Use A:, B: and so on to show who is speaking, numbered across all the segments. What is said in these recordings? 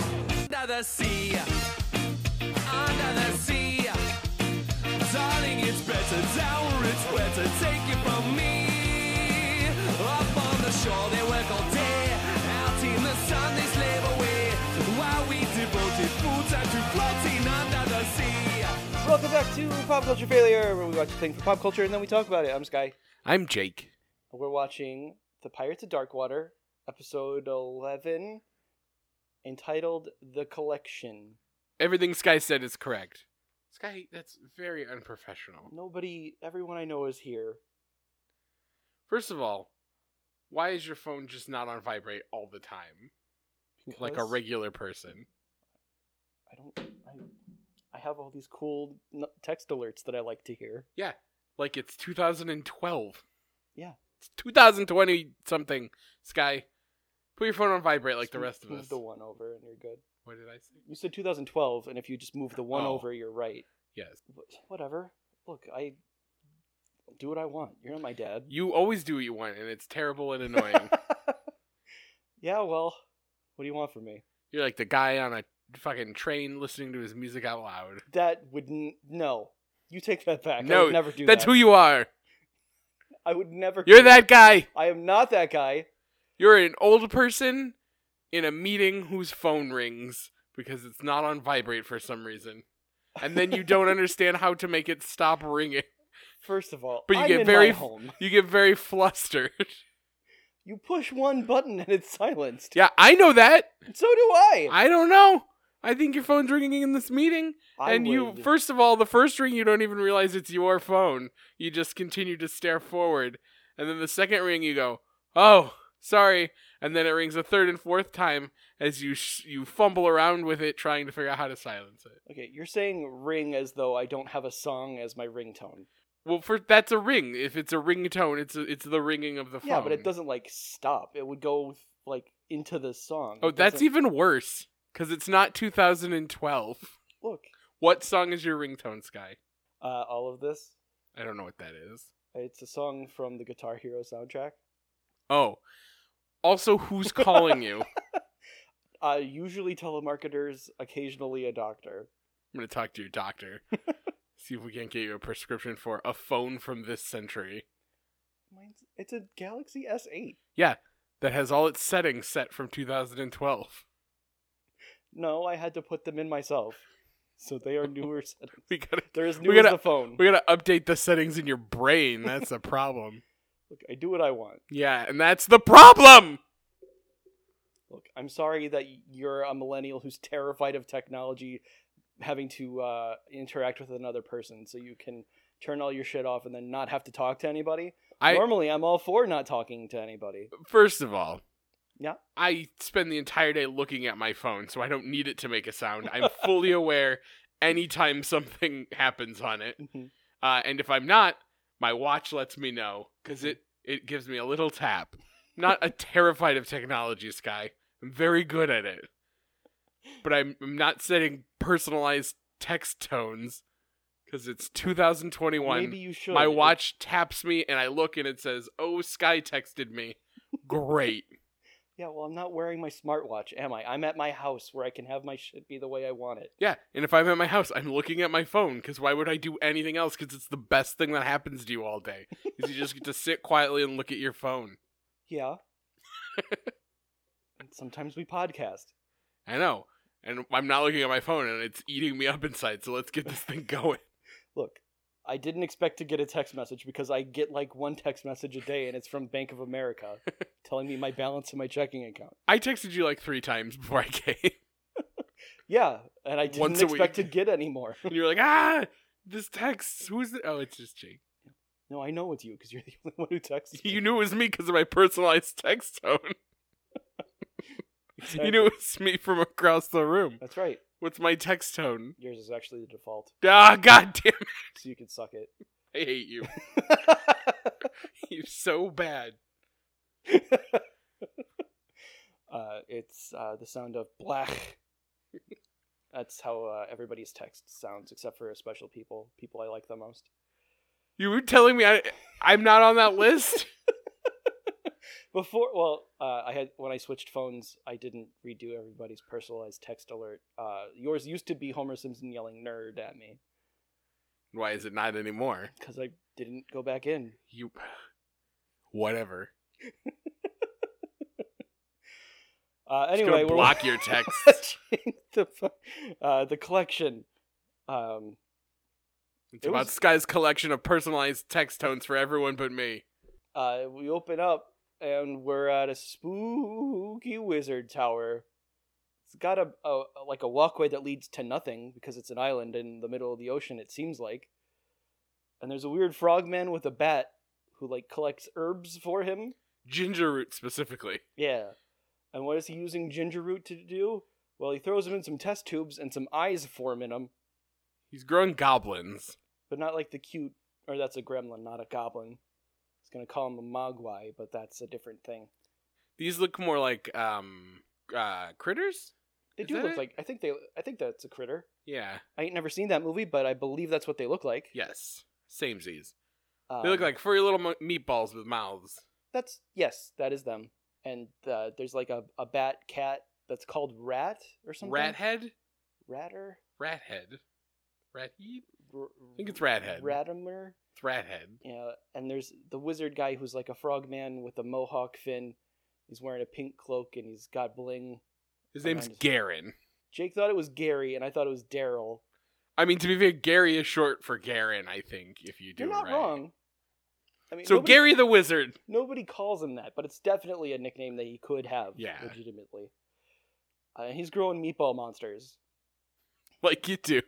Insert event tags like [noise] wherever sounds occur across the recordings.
A: under the sea. Under the sea. Darling, it's better down where it's wetter. Take it from me. Up on the shore, they work all day. Out in the sun, they slave away. While we devoted full time to floating under the sea.
B: Welcome back to Pop Culture Failure, where we watch a thing for pop culture and then we talk about it. I'm Sky.
C: I'm Jake.
B: We're watching The Pirates of Darkwater, episode 11, entitled The Collection.
C: Everything Sky said is correct. Sky, that's very unprofessional.
B: Nobody, everyone I know is here.
C: First of all, why is your phone just not on vibrate all the time? Like a
B: because
C: regular person.
B: I don't. I, I have all these cool n- text alerts that I like to hear.
C: Yeah, like it's 2012.
B: Yeah.
C: It's 2020 something. Sky, put your phone on vibrate like
B: Just
C: the
B: move-
C: rest of
B: move
C: us.
B: the one over and you're good.
C: What did I say?
B: You said 2012, and if you just move the one
C: Oh.
B: over, you're right.
C: Yes.
B: Wh- Whatever. Look, I do what I want. You're not my dad.
C: You always do what you want, and it's terrible and
B: [laughs]
C: annoying.
B: yeah, well, what do you want from me?
C: You're like the guy on a fucking train listening to his music out loud.
B: That would n- no. You take that back. I
C: No,
B: would never do
C: That's
B: that.
C: who you are.
B: I would never.
C: You're
B: do
C: that guy.
B: I am not that guy.
C: You're an old person in a meeting whose phone rings because it's not on vibrate for some reason. And then you
B: [laughs]
C: don't understand how to make it stop ringing.
B: First of all,
C: But you
B: I'm
C: get
B: in
C: very
B: my
C: f-
B: home.
C: You get very flustered.
B: You push one button and it's silenced.
C: Yeah, I know that.
B: So do I.
C: I don't know. I think your phone's ringing in this meeting.
B: I
C: and you,
B: would-
C: first of all, the first ring, you don't even realize it's your phone. You just continue to stare forward. And then the second ring, you go, oh, sorry. And then it rings a third and fourth time as you sh- you fumble around with it, trying to figure out how to silence it.
B: Okay, you're saying ring as though I don't have a song as my ringtone.
C: Well, for that's a ring. If it's a ringtone, it's a, it's the ringing of the phone.
B: Yeah, but it doesn't like stop. It would go like into the song.
C: Oh,
B: It
C: that's
B: doesn't-
C: even worse because it's not 2012.
B: look.
C: What song is your ringtone, Sky?
B: Uh, all of this.
C: I don't know what that is.
B: It's a song from the Guitar Hero soundtrack.
C: Oh, also, who's calling you? I'm
B: Uh, usually telemarketers, occasionally a doctor.
C: gonna talk to your doctor. See if we can't get you a prescription for a phone from this century
B: Mine's, it's a Galaxy S8.
C: that has all its settings set from 2012
B: No, I had to put them in myself, so they are newer.
C: [laughs]
B: set-
C: [laughs] we gotta
B: They're as
C: We
B: new
C: gotta-
B: as the phone.
C: we gotta update the settings in your brain that's a problem
B: Look, I do what I want.
C: yeah and that's the problem
B: Look, I'm sorry that you're a millennial who's terrified of technology, having to uh, interact with another person, so you can turn all your shit off and then not have to talk to anybody.
C: i
B: Normally, I'm all for not talking to anybody.
C: First of all,
B: Yeah.
C: I spend the entire day looking at my phone, so I don't need it to make a sound. I'm fully aware anytime something [laughs] happens on it,
B: Mhm.
C: uh, and if I'm not, my watch lets me know because it it gives me a little tap. I'm not
B: [laughs]
C: a terrified of technology, Sky. I'm very good at it, but I'm, I'm not setting personalized text tones because it's 2021.
B: Maybe you should.
C: My
B: It-
C: watch taps me and I look and it says, Oh, Sky texted me. Great. [laughs]
B: Yeah, well, I'm not wearing my smartwatch, am I? I'm at my house where I can have my shit be the way I want it.
C: yeah. And if I'm at my house, I'm looking at my phone because why would I do anything else? Because it's the best thing that happens to you all day. Is you just get to sit quietly and look at your phone. [laughs]
B: Yeah. and sometimes we podcast.
C: I know. And I'm not looking at my phone and it's eating me up inside. So let's get this thing [laughs] going.
B: Look, I didn't expect to get a text message because I get like one text message a day and it's from Bank
C: [laughs]
B: of America telling me my balance in my checking account.
C: I texted you like three times before I came. [laughs]
B: Yeah, and I didn't
C: Once a
B: expect to
C: week.
B: get any more. [laughs]
C: and you're like, Ah, this text. Who's it? Oh, it's just Jake.
B: No, I know it's you because you're the [laughs] only one who texts. me.
C: You knew it was me because of my personalized [laughs] text tone.
B: Exactly.
C: You knew it was me from across the room.
B: That's right.
C: What's my text tone?
B: Yours is actually the default,
C: Ah, [laughs] god damn it.
B: so you can suck
C: [laughs]
B: it.
C: I hate you. You're so bad.
B: [laughs] uh, it's uh, the sound of blach. That's how uh, everybody's text sounds, except for special people, people I like the most.
C: You were telling me I I'm not on that list?
B: Before, well, uh, I had when I switched phones, I didn't redo everybody's personalized text alert. Uh, yours used to be Homer Simpson yelling "nerd" at me
C: [laughs] Why is it not anymore?
B: because I didn't go back in.
C: You, [sighs] whatever.
B: Uh,
C: Just
B: anyway,
C: gonna
B: [laughs] we're
C: block your text.
B: watching the fu- uh, the collection. Um,
C: It's
B: It
C: about
B: was-
C: Sky's collection of personalized text tones for everyone but me.
B: uh, we open up and we're at a spooky wizard tower. It's got a, a like a walkway that leads to nothing because it's an island in the middle of the ocean. It seems like, and there's a weird frogman with a bat who like collects herbs for him.
C: Ginger root specifically.
B: Yeah, and what is he using ginger root to do? Well, he throws him in some test tubes and some eyes form in him,
C: He's growing goblins.
B: but not like the cute or that's a gremlin, not a goblin. It's gonna call him a mogwai, but that's a different thing.
C: These look more like um uh critters?
B: They
C: Is
B: do
C: that
B: look
C: it?
B: like I think they I think that's a critter.
C: Yeah.
B: I ain't never seen that movie, but I believe that's what they look like.
C: Yes. Same Z's.
B: Um,
C: They look like furry little mo- meatballs with mouths.
B: that's yes, that is them. And uh, there's like a, a bat cat that's called Rat or something.
C: Rat head?
B: Ratter.
C: Rat head. Rat head?
B: R-
C: I think it's rat head.
B: Ratimer.
C: It's rat head.
B: Yeah, and there's the wizard guy who's like a frogman with a mohawk fin. He's wearing a pink cloak and he's got bling.
C: His
B: I
C: name's
B: understand.
C: Garen.
B: Jake thought it was Gary, and I thought it was Daryl.
C: I mean, to be fair, Gary is short for Garen, I think, if you do
B: You're
C: it
B: not
C: right.
B: wrong. I mean,
C: So
B: nobody-
C: Gary the Wizard. [laughs]
B: nobody calls him that, but it's definitely a nickname that he could have,
C: Yeah.
B: legitimately. Uh, he's growing meatball monsters.
C: Like you do.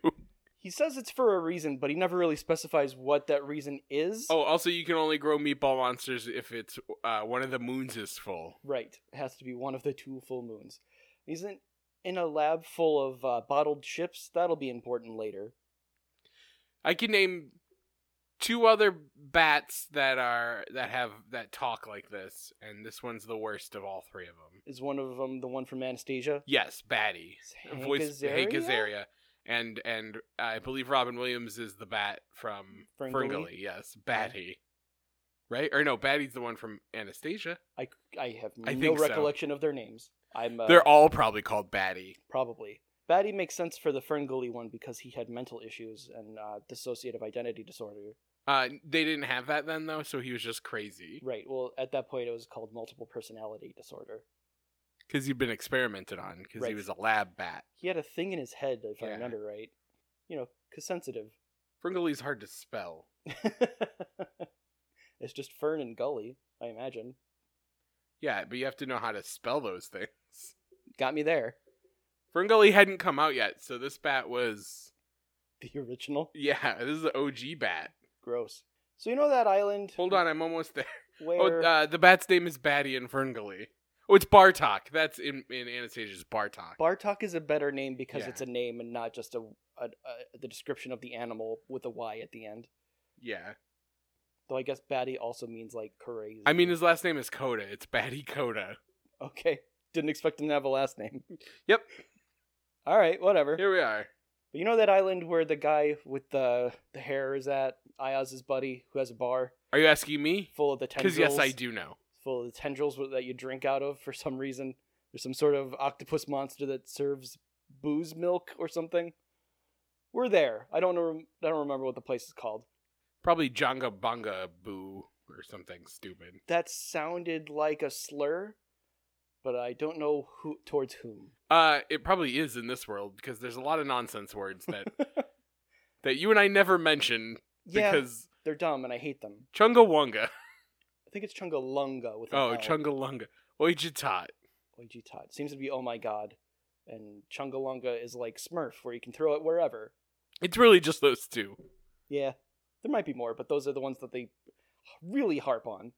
B: He says it's for a reason, but he never really specifies what that reason is.
C: Oh, also, you can only grow meatball monsters if it's uh, one of the moons is full.
B: Right. It has to be one of the two full moons. He's in, in a lab full of uh, bottled chips. That'll be important later.
C: I can name two other bats that are that have that talk like this, and this one's the worst of all three of them.
B: Is one of them the one from Anastasia?
C: Yes, Batty,
B: It's Hank
C: voiced by Hank
B: Azaria?
C: Azaria, and and I believe Robin Williams is the bat from
B: Fringoli?
C: Fringoli. Yes, Batty, right? Or no, Batty's the one from Anastasia.
B: I, I have
C: I
B: no
C: think so.
B: recollection of their names. I'm uh,
C: They're all probably called Batty.
B: probably. Batty makes sense for the Ferngully one because he had mental issues and uh, dissociative identity disorder.
C: Uh, they didn't have that then though, so he was just crazy
B: Right. Well, at that point, it was called multiple personality disorder.
C: because he'd been experimented on because he
B: Right.
C: was a lab bat.
B: He had a thing in his head, if I
C: Yeah.
B: remember right. You know, cause sensitive. [laughs]
C: Fringoli's hard to spell.
B: it's just Fern and Gully, I imagine.
C: Yeah, but you have to know how to spell those [laughs] things.
B: Got me there.
C: Ferngully hadn't come out yet, so this bat was
B: The original.
C: yeah, [laughs] this is an OG bat.
B: Gross. So you know that island?
C: Hold on, I'm almost there. Oh,
B: Where?
C: uh, the bat's name is Batty and Ferngully. Oh, it's Bartok. That's in in Anastasia's Bartok.
B: Bartok is a better name because
C: Yeah.
B: it's a name and not just a, a, a the description of the animal with a Y at the end.
C: yeah,
B: Though I guess Batty also means like crazy.
C: I mean his last name is Coda. It's Batty Coda.
B: [laughs] okay, didn't expect him to have a last name. [laughs]
C: Yep.
B: All right, whatever.
C: Here we are.
B: But you know that island where the guy with the the hair is at Ayaz's buddy who has a bar
C: Are you asking me?
B: full of the
C: Because yes,
B: tendrils.
C: I do know.
B: Full of the tendrils with- that you drink out of for some reason. There's some sort of octopus monster that serves booze milk or something. We're there. I don't know. I don't remember what the place is called.
C: Probably Jonga Bonga Boo or something stupid.
B: That sounded like a slur, but I don't know who towards whom.
C: Uh, it probably is in this world because there's a lot of nonsense words
B: [laughs]
C: that that you and I never mention
B: yeah,
C: because
B: they're dumb and I hate them.
C: Chunga Wunga.
B: I think it's Chungalunga with an
C: Oh,
B: L.
C: Chungalunga. Oijitat.
B: Oiji Todd. Seems to be oh my god. And Chungalunga is like Smurf, where you can throw it wherever.
C: It's really just those two.
B: Yeah, there might be more, but those are the ones that they really harp on.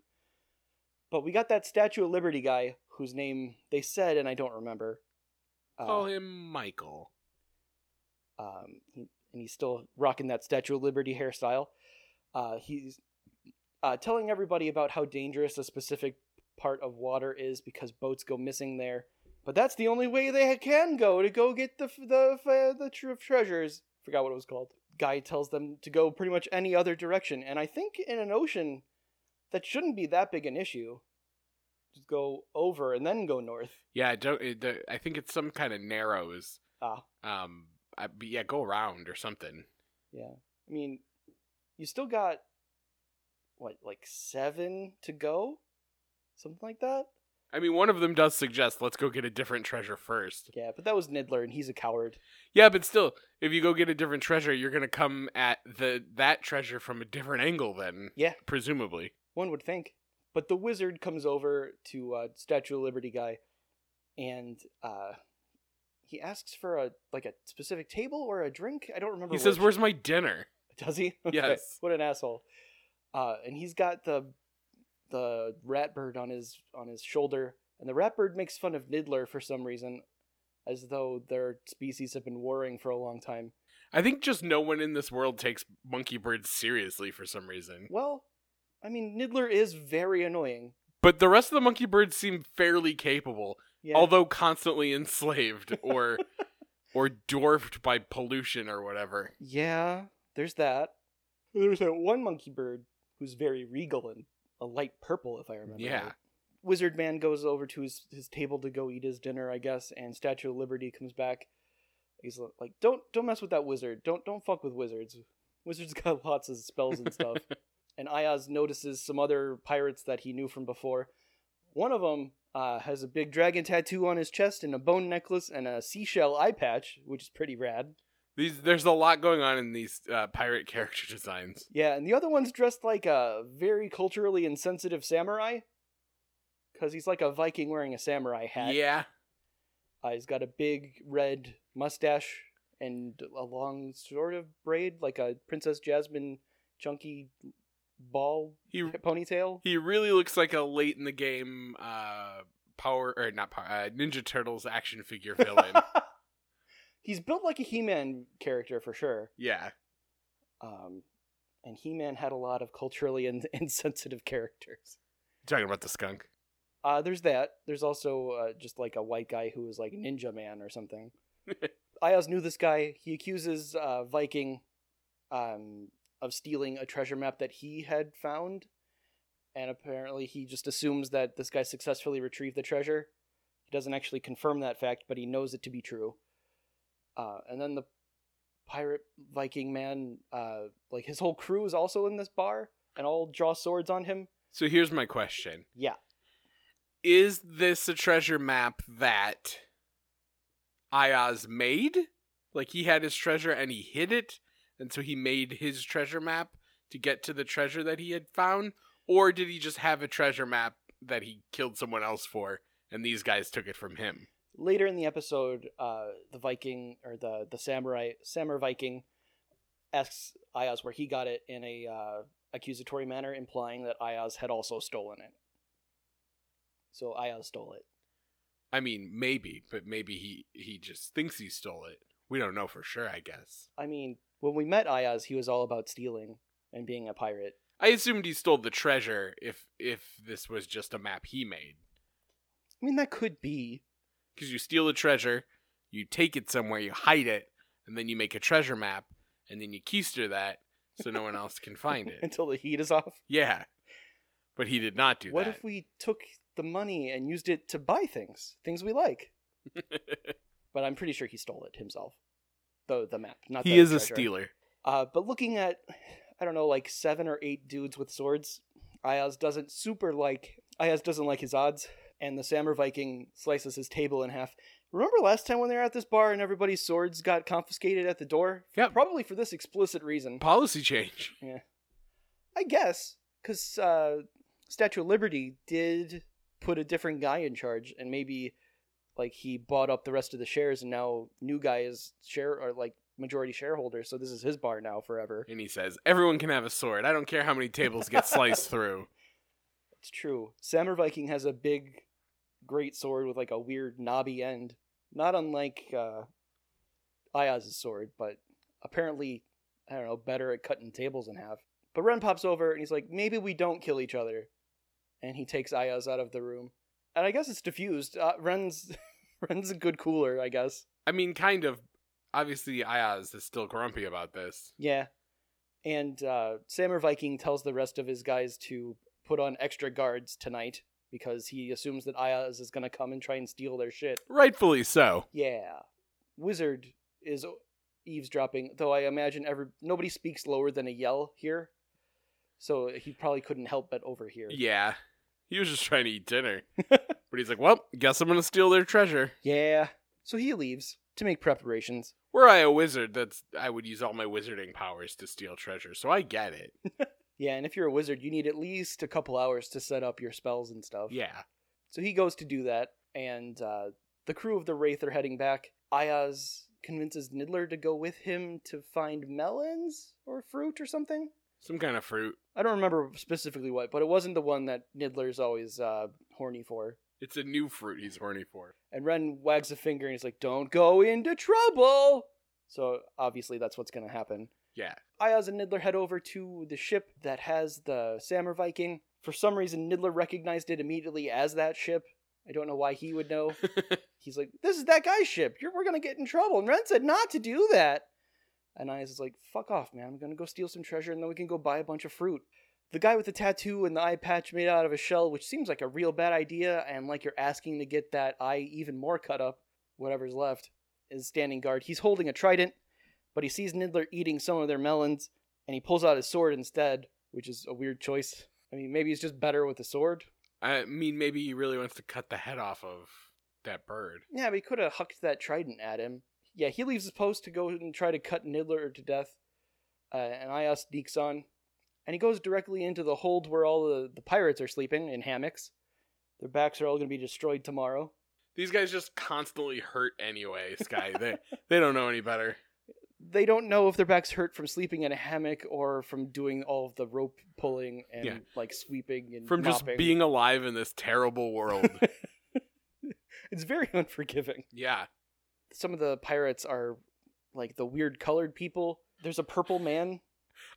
B: But we got that Statue of Liberty guy whose name they said, and I don't remember. Uh,
C: Call him Michael.
B: um, he, and he's still rocking that Statue of Liberty hairstyle. Uh, he's uh, telling everybody about how dangerous a specific part of water is because boats go missing there. But that's the only way they can go to go get the f- the f- the tr- treasures. Forgot what it was called. Guy tells them to go pretty much any other direction, and I think in an ocean that shouldn't be that big an issue. Just go over and then go north.
C: Yeah, I don't. It, the, I think it's some kind of narrows.
B: Ah.
C: Um. I, but yeah, go around or something.
B: Yeah. I mean, you still got what, like seven to go? Something like that?
C: I mean, one of them does suggest let's go get a different treasure first.
B: Yeah, but that was Nidler and he's a coward.
C: Yeah, but still, if you go get a different treasure, you're gonna come at the that treasure from a different angle. Then
B: Yeah.
C: presumably.
B: One would think. But the wizard comes over to uh, Statue of Liberty guy, and uh, he asks for a like a specific table or a drink. I don't remember.
C: He says,
B: which.
C: "Where's my dinner?"
B: does he? [laughs] Okay.
C: Yes.
B: What an asshole. Uh, and he's got the the rat bird on his on his shoulder, and the rat bird makes fun of Nidler for some reason, as though their species have been warring for a long time.
C: I think just no one in this world takes monkey birds seriously for some reason.
B: Well, I mean, Nidler is very annoying.
C: But the rest of the monkey birds seem fairly capable,
B: Yeah.
C: although constantly enslaved or [laughs] or dwarfed by pollution or whatever.
B: Yeah, there's that. There's that one monkey bird who's very regal and a light purple, if I remember.
C: Yeah.
B: right. Wizard man goes over to his, his table to go eat his dinner, I guess, and Statue of Liberty comes back. He's li- like, "Don't don't mess with that wizard. Don't don't fuck with wizards. Wizards [laughs] got lots of spells and [laughs] stuff." and Ayaz notices some other pirates that he knew from before. One of them uh, has a big dragon tattoo on his chest and a bone necklace and a seashell eye patch, which is pretty rad.
C: These there's a lot going on in these uh, pirate character [laughs] designs.
B: Yeah, and the other one's dressed like a very culturally insensitive samurai. Because he's like a Viking wearing a samurai hat.
C: Yeah,
B: Uh, he's got a big red mustache and a long sort of braid, like a Princess Jasmine chunky ball
C: he
B: ponytail.
C: he really looks like a late in the game uh, power or not power uh, Ninja Turtles action figure [laughs] villain.
B: [laughs] he's built like a He Man character for sure.
C: yeah,
B: Um, and He Man had a lot of culturally in- [laughs] insensitive characters.
C: talking about the skunk.
B: Uh, there's that. There's also uh, just like a white guy who was like Ninja Man or something. Ayaz knew this guy. He accuses uh, Viking um, of stealing a treasure map that he had found. And apparently, he just assumes that this guy successfully retrieved the treasure. He doesn't actually confirm that fact, but he knows it to be true. Uh, and then the pirate Viking man, uh, like his whole crew is also in this bar and all draw swords on him.
C: So here's my question:
B: Yeah.
C: Is this a treasure map that Ayaz made? Like he had his treasure and he hid it, and so he made his treasure map to get to the treasure that he had found, or did he just have a treasure map that he killed someone else for, and these guys took it from him?
B: later in the episode, uh, the Viking or the the samurai samurai Viking asks Ayaz where he got it in a uh, accusatory manner, implying that Ayaz had also stolen it. So Ayaz stole it.
C: I mean, maybe, but maybe he he just thinks he stole it. We don't know for sure, I guess.
B: I mean, when we met Ayaz, he was all about stealing and being a pirate.
C: I assumed he stole the treasure if if this was just a map he made.
B: I mean, that could be.
C: because you steal a treasure, you take it somewhere, you hide it, and then you make a treasure map, and then you keister that so no one else can
B: [laughs]
C: find it.
B: Until the heat is off.
C: Yeah, but he did not do
B: what
C: that. [laughs]
B: if we took the money and used it to buy things, things we like? but I'm pretty sure he stole it himself. The the map, not
C: he
B: the
C: is a
B: treasure.
C: stealer.
B: Uh, but looking at, I don't know, like seven or eight dudes with swords, Ayaz doesn't super like. Ayaz doesn't like his odds, and the Samurai Viking slices his table in half. Remember last time when they were at this bar and everybody's swords got confiscated at the door?
C: Yep.
B: Probably for this explicit reason.
C: Policy change.
B: I guess, because uh, Statue of Liberty did put a different guy in charge, and maybe like he bought up the rest of the shares, and now new guy is share or like majority shareholder, so this is his bar now forever.
C: And he says, everyone can have a sword. I don't care how many tables get
B: [laughs]
C: sliced through.
B: It's true. Samur Viking has a big, great sword with like a weird knobby end, not unlike uh, Ayaz's sword, but apparently, I don't know, better at cutting tables in half. But Ren pops over and he's like, maybe we don't kill each other, and he takes Ayaz out of the room. And I guess it's diffused. Uh, Ren's [laughs] Ren's a good cooler, I guess.
C: I mean, kind of. Obviously, Ayaz is still grumpy about this.
B: Yeah. And uh, Samur Viking tells the rest of his guys to put on extra guards tonight because he assumes that Ayaz is going to come and try and steal their shit.
C: Rightfully so.
B: Yeah. Wizard is eavesdropping, though I imagine every nobody speaks lower than a yell here. So he probably couldn't help but overhear.
C: Yeah. He was just trying to eat
B: [laughs]
C: dinner. but he's like, well, guess I'm going to steal their treasure.
B: Yeah. So he leaves to make preparations.
C: Were I a wizard, that's I would use all my wizarding powers to steal treasure, so I get it.
B: Yeah, and if you're a wizard, you need at least a couple hours to set up your spells and stuff.
C: Yeah.
B: So he goes to do that, and uh, the crew of the Wraith are heading back. Ayaz convinces Nidler to go with him to find melons or fruit or something.
C: Some kind of fruit.
B: I don't remember specifically what, but it wasn't the one that Nidler's always uh, horny for.
C: It's a new fruit he's horny
B: [laughs]
C: for.
B: And Ren wags a finger and he's like, Don't go into trouble! So obviously that's what's going to happen.
C: Yeah.
B: Ayaz and Nidler head over to the ship that has the Samur Viking. For some reason, Nidler recognized it immediately as that ship. I don't know why he would know. He's like, "This is that guy's ship. You're, we're gonna get in trouble." And Ren said not to do that. And Ayaz is like, "Fuck off, man. I'm gonna go steal some treasure, and then we can go buy a bunch of fruit." The guy with the tattoo and the eye patch made out of a shell, which seems like a real bad idea, and like you're asking to get that eye even more cut up, whatever's left, is standing guard. He's holding a trident but he sees Nidler eating some of their melons, and he pulls out his sword instead, which is a weird choice. I mean, maybe he's just better with a sword.
C: I mean, maybe he really wants to cut the head off of that bird.
B: Yeah, but he could have hucked that trident at him. Yeah, he leaves his post to go and try to cut Nidler to death, uh, and Ayas sneaks on, and he goes directly into the hold where all the, the pirates are sleeping in hammocks. Their backs are all going to be destroyed tomorrow.
C: These guys just constantly hurt anyway, Sky.
B: [laughs]
C: they they don't know any better.
B: They don't know if their backs hurt from sleeping in a hammock or from doing all of the rope pulling and
C: Yeah.
B: like sweeping and
C: From just
B: mopping.
C: being alive in this terrible
B: [laughs]
C: world.
B: It's very [laughs] unforgiving.
C: yeah.
B: Some of the pirates are like the weird colored people. There's a purple man.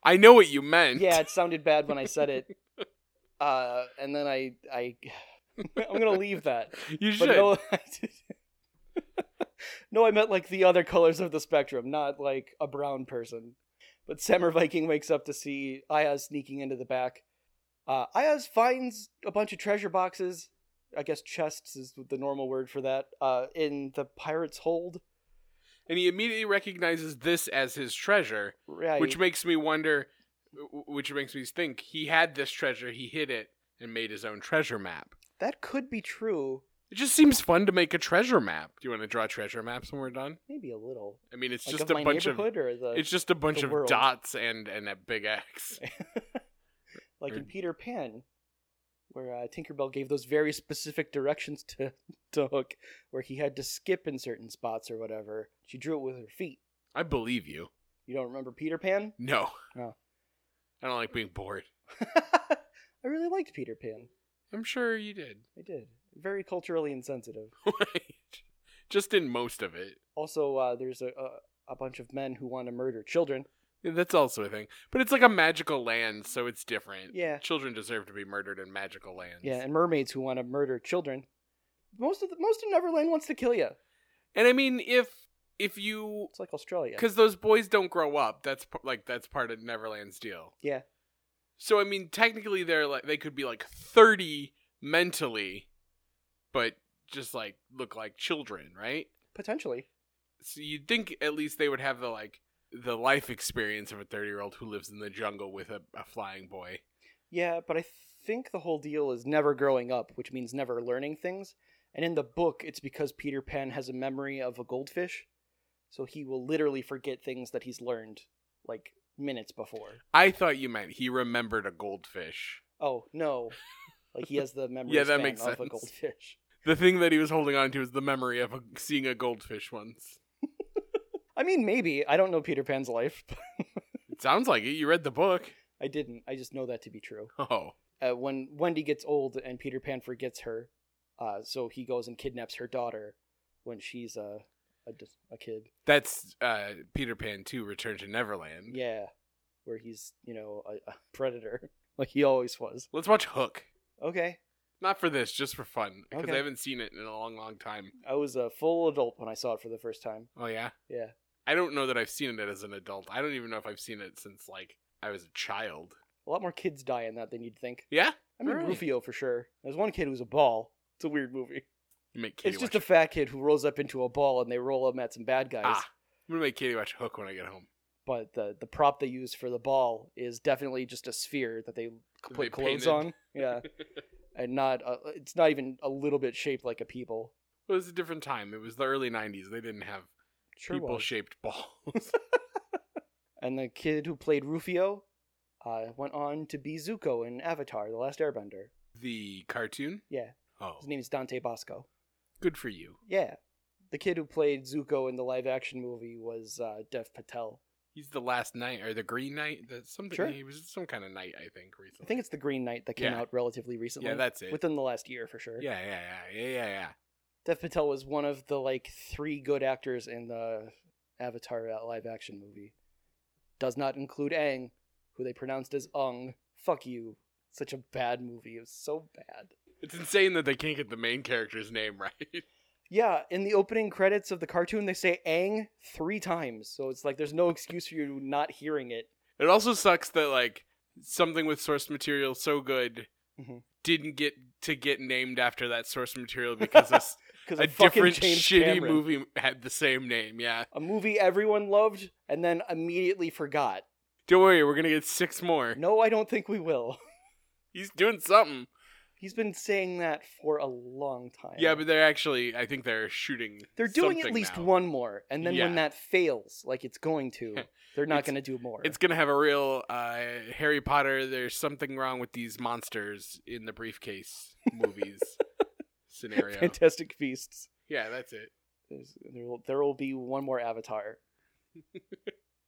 C: I know what you [laughs] meant.
B: Yeah, it sounded bad when I said it. Uh, and then I, I, [laughs] I'm gonna leave that.
C: You
B: But
C: should.
B: no, [laughs] I did- no, I meant like the other colors of the spectrum, not like a brown person. But Samur Viking wakes up to see Ayaz sneaking into the back. Uh, Ayaz finds a bunch of treasure boxes. I guess chests is the normal word for that. Uh, in the pirate's hold,
C: and he immediately recognizes this as his treasure,
B: right?
C: which makes me wonder, w- which makes me think he had this treasure, he hid it, and made his own treasure map.
B: that could be true.
C: It just seems fun to make a treasure map. Do you want to draw treasure maps when we're done?
B: Maybe a little.
C: I mean, it's
B: Like
C: just
B: of
C: a
B: my
C: bunch of
B: neighborhood or the
C: it's just a bunch
B: the
C: of
B: world.
C: dots and and a big
B: [laughs]
C: X.
B: like in Peter Pan, where uh, Tinkerbell gave those very specific directions to, [laughs] to Hook, where he had to skip in certain spots or whatever. She drew it with her feet.
C: I believe you.
B: You don't remember Peter Pan? [laughs]
C: No.
B: No.
C: I don't like being bored.
B: I really liked Peter Pan.
C: I'm sure you did. [laughs]
B: I did. Very culturally insensitive.
C: Right. Just in most of it.
B: Also, uh, there's a, a a bunch of men who want to murder children.
C: Yeah, That's also a thing. But it's like a magical land, so it's different.
B: Yeah.
C: Children deserve to be murdered in magical lands.
B: Yeah, and mermaids who want to murder children. Most of the, most of Neverland wants to kill you.
C: And I mean if if you
B: It's like Australia.
C: cuz those boys don't grow up, that's p- like that's part of Neverland's deal.
B: Yeah.
C: So I mean technically they're like they could be like 30 mentally but just like look like children, right?
B: Potentially.
C: So you'd think at least they would have the like the life experience of a 30-year-old who lives in the jungle with a, a flying boy.
B: Yeah, but I think the whole deal is never growing up, which means never learning things. And in the book, it's because Peter Pan has a memory of a goldfish, so he will literally forget things that he's learned like minutes before.
C: I thought you meant he remembered a goldfish.
B: Oh
C: [laughs]
B: no, like he has the memory
C: Yeah, that
B: span
C: makes
B: of a
C: sense.
B: goldfish.
C: The thing that he was holding on to is the memory of a, seeing a goldfish once.
B: I mean, maybe I don't know Peter Pan's life.
C: It sounds like it. You read the book.
B: [laughs]
C: [laughs]
B: I didn't. I just know that to be true.
C: Oh.
B: Uh, when Wendy gets old and Peter Pan forgets her, uh, so he goes and kidnaps her daughter when she's uh, a dis- a kid.
C: That's uh, Peter Pan 2 Return to Neverland.
B: Yeah, where he's you know a, [laughs] a predator like he always was.
C: Let's watch Hook.
B: Okay,
C: Not for this, just for fun, because
B: Okay.
C: I haven't seen it in a long, long time.
B: I was a full adult when I saw it for the first time.
C: Oh, yeah?
B: Yeah.
C: I don't know that I've seen it as an adult. I don't even know if I've seen it since, like, I was a child.
B: A lot more kids die in that than you'd think.
C: Yeah,
B: I mean,
C: Right.
B: Rufio for sure. There's one kid who's a ball. It's a weird movie.
C: you make Katie
B: it's just
C: watch.
B: a fat kid who rolls up into a ball and they roll him at some bad guys.
C: ah, I'm gonna make Katie watch Hook when I get home.
B: But the the prop they use for the ball is definitely just a sphere that they put
C: They
B: clothes
C: painted.
B: on.
C: [laughs]
B: Yeah, and not uh, it's not even a little bit shaped like a people.
C: Well, it was a different time. It was the early '90s. They didn't have
B: Sure
C: people
B: was. [laughs]
C: shaped balls. [laughs]
B: And the kid who played Rufio uh, went on to be Zuko in Avatar: The Last Airbender.
C: the cartoon.
B: Yeah.
C: Oh,
B: His name is Dante Bosco.
C: good for you.
B: Yeah, the kid who played Zuko in the live action movie was uh, Dev Patel.
C: He's the last knight or the Green Knight. That something.
B: Sure.
C: He was some kind of knight, I think. Recently.
B: I think it's the Green Knight that came
C: Yeah.
B: out relatively recently.
C: yeah, that's it.
B: within the last year for sure.
C: yeah, yeah, yeah, yeah, yeah, yeah.
B: Dev Patel was one of the like three good actors in the Avatar uh, live action movie. Does not include Aang, who they pronounced as Ung. Fuck you. Such a bad movie. It was so bad.
C: It's insane that they can't get the main character's name [laughs] right.
B: Yeah, in the opening credits of the cartoon, they say Aang three times. So it's like there's no excuse for you not hearing it.
C: It also sucks that like something with source material so good
B: Mhm.
C: didn't get to get named after that source material because [laughs] a, s-
B: Because
C: a different shitty movie had the same name. Yeah,
B: A movie everyone loved and then immediately forgot.
C: don't worry, we're gonna get six more.
B: No, I don't think we will. [laughs]
C: He's doing something.
B: He's been saying that for a long time.
C: Yeah, but they're actually, I think they're shooting.
B: They're doing at
C: something
B: least
C: now.
B: one more, and then
C: Yeah.
B: when that fails, like it's
C: [laughs]
B: going to, they're not
C: It's-
B: going to do more. [laughs]
C: It's gonna have a real uh, Harry Potter. There's something wrong with these monsters in the briefcase
B: [laughs]
C: movies scenario.
B: Fantastic Beasts.
C: Yeah, that's it.
B: There's, there will there will be one more
C: [laughs]
B: Avatar,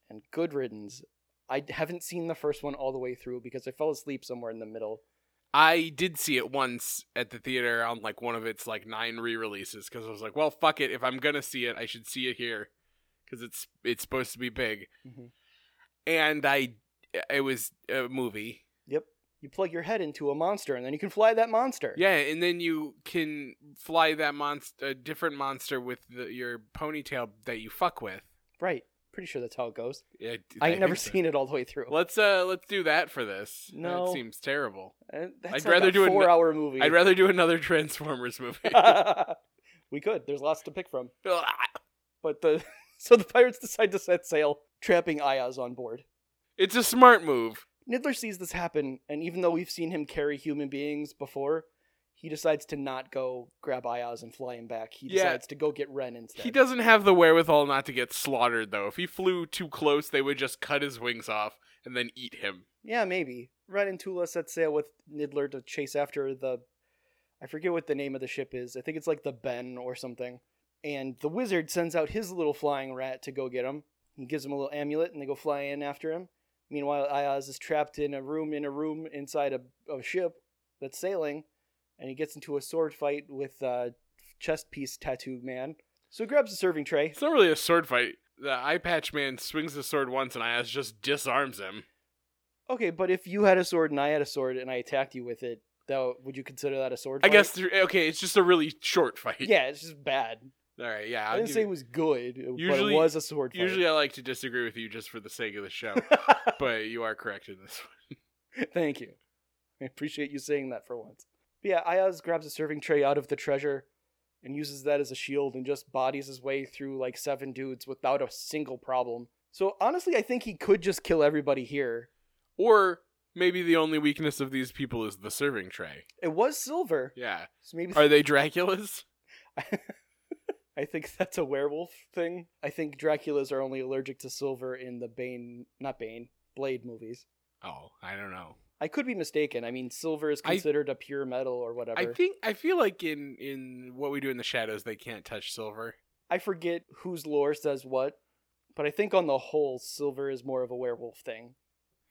B: and Good Riddance. I haven't seen the first one all the way through because I fell asleep somewhere in the middle.
C: I did see it once at the theater on like one of its like nine re-releases because I was like, well, fuck it. If I'm gonna see it, I should see it here because it's it's supposed to be big.
B: Mhm.
C: And I, it was a movie.
B: Yep, you plug your head into a monster, and then you can fly that monster.
C: Yeah, and then you can fly that monster, a different monster with the, your ponytail that you fuck with.
B: right. Pretty sure that's how it goes.
C: I,
B: I,
C: think
B: ain't never
C: so.
B: seen it all the way through.
C: Let's uh, let's do that for this.
B: No.
C: that seems terrible.
B: Uh, That's
C: I'd
B: like
C: rather
B: a
C: do an-
B: four-hour movie.
C: I'd rather do another [laughs] Transformers
B: [laughs]
C: movie. [laughs]
B: we could. There's lots to pick from.
C: it's
B: But the [laughs] so the pirates decide to set sail, trapping Ayaz on board.
C: a smart move.
B: Niddler sees this happen, and even though we've seen him carry human beings before, he decides to not go grab Ayaz and fly him back. He
C: Yeah.
B: decides to go get Ren instead.
C: He doesn't have the wherewithal not to get slaughtered, though. If he flew too close, they would just cut his wings off and then eat him.
B: Yeah, maybe. Ren and Tula set sail with Niddler to chase after the I forget what the name of the ship is. I think it's like the Ben or something. And the wizard sends out his little flying rat to go get him. He gives him a little amulet and they go fly in after him. Meanwhile, Ayaz is trapped in a room in a room inside a, a ship that's sailing, and he gets into a sword fight with uh, chest piece tattoo man. So he grabs a serving tray.
C: It's not really a sword fight. The eye patch man swings the sword once, and Ayaz just disarms him.
B: Okay, but if you had a sword and I had a sword and I attacked you with it, though, would you consider that a sword?
C: I
B: fight?
C: guess. th- okay, it's just a really short fight.
B: Yeah, it's just bad.
C: All right. Yeah.
B: I'll I
C: I'll
B: did not
C: give
B: say
C: you-
B: it was good, but
C: Usually-
B: it was a sword fight. [laughs]
C: Usually, I like to disagree with you just for the sake of the show, but you are correct in this one.
B: Thank you. I appreciate you saying that for once. But yeah, Ayaz grabs a serving tray out of the treasure and uses that as a shield and just bodies his way through like seven dudes without a single problem. So honestly, I think he could just kill everybody here.
C: Or maybe the only weakness of these people is the serving tray.
B: It was silver,
C: Yeah.
B: so maybe
C: Are they Draculas?
B: [laughs] I think that's a werewolf thing. I think Draculas are only allergic to silver in the Bane, not Bane, Blade movies.
C: Oh, I don't know.
B: I could be mistaken. I mean, silver is
C: I-
B: considered a pure metal or whatever.
C: I think I feel like in in what we do in the shadows, they can't touch silver.
B: I forget whose lore says what, but I think on the whole, silver is more of a werewolf
C: [laughs]
B: thing.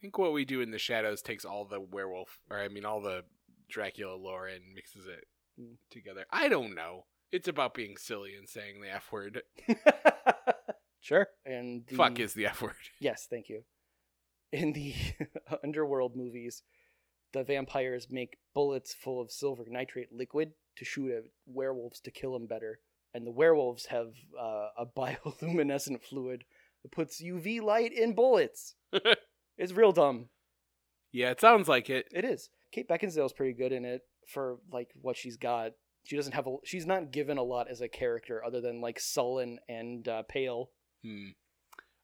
C: I think what we do in the shadows takes all the werewolf, or I mean, all the Dracula lore and mixes it
B: Hmm.
C: together. I don't know. It's about being silly and saying the f word.
B: sure. And the,
C: Fuck is the f word. [laughs]
B: Yes, thank you. In the [laughs] underworld movies, the vampires make bullets full of silver nitrate liquid to shoot at werewolves to kill them better, and the werewolves have uh, a [laughs]
C: [laughs]
B: bioluminescent fluid that puts UV light in bullets. it's real dumb.
C: Yeah, it sounds like it.
B: It is. Kate Beckinsale's pretty good in it for like what she's got. She doesn't have a. She's not given a lot as a character other than like sullen and uh, pale.
C: Hmm.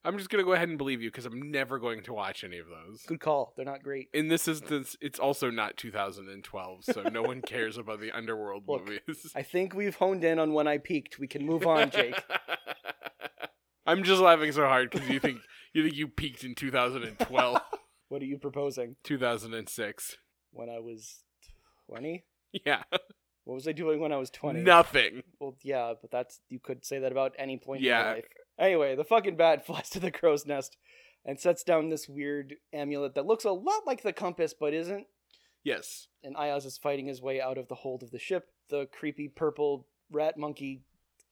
C: I'm just gonna go ahead and believe you because I'm never going to watch any of those.
B: Good call. They're not great.
C: In this instance, it's also not 2012, so no one cares about the underworld
B: [laughs] Look,
C: movies.
B: I think we've honed in on when I peaked. We can move
C: [laughs]
B: on, Jake.
C: I'm just laughing so hard because you think you think you peaked in
B: [laughs]
C: 2012,
B: what are you proposing?
C: 2006.
B: When I was twenty.
C: Yeah,
B: What was I doing when I was twenty?
C: nothing.
B: Well, yeah, but that's you could say that about any point in
C: Yeah.
B: your life. Anyway, the fucking bat [laughs] flies to the crow's nest and sets down this weird amulet that looks a lot like the compass but isn't.
C: Yes,
B: And Ios is fighting his way out of the hold of the ship. The creepy purple rat monkey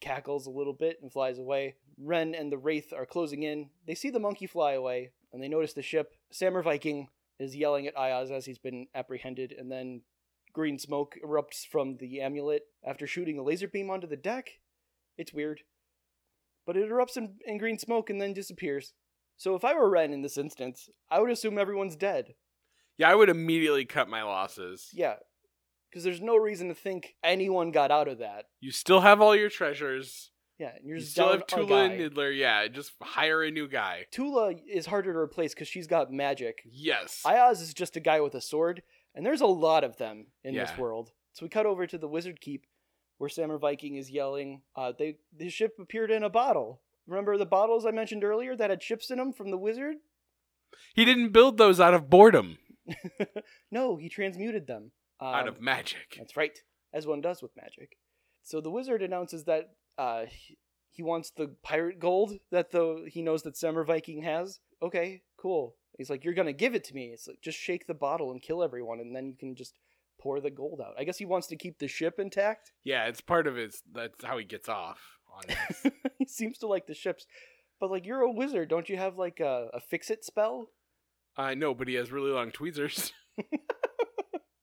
B: cackles a little bit and flies away. Ren and the Wraith are closing in. They see the monkey fly away and they notice the ship. Samur Viking is yelling at Ios as he's been apprehended, and then green smoke erupts from the amulet after shooting a laser beam onto the deck. It's weird. But it erupts in, in green smoke and then disappears. So if I were Ren in this instance, I would assume everyone's dead.
C: yeah, I would immediately cut my losses.
B: Yeah. Because there's no reason to think anyone got out of that.
C: You still have all your treasures.
B: Yeah, and you're
C: You
B: just
C: still have
B: down a
C: Tula
B: guy.
C: and Nidler. Yeah, just hire a new guy.
B: Tula is harder to replace because she's got magic.
C: Yes.
B: Ayaz is just a guy with a sword, and there's a lot of them in this
C: Yeah.
B: world. So we cut over to the Wizard Keep, where Samur Viking is yelling, uh, "They the ship appeared in a bottle. Remember the bottles I mentioned earlier that had ships in them from the wizard? [laughs]
C: He didn't build those out of boredom,
B: no, he transmuted them um,
C: out of magic.
B: That's right, as one does with magic. So the wizard announces that uh, he, he wants the pirate gold that the he knows that Summer Viking has. Okay, cool. He's like, you're gonna give it to me. It's like just shake the bottle and kill everyone, and then you can just pour the gold out. I guess he wants to keep the ship intact. [laughs]
C: Yeah, it's part of his. That's how he gets off on this.
B: he seems to like the ships, but like you're a wizard, don't you have like a, a fix it spell?
C: I know, but he has really long tweezers. [laughs]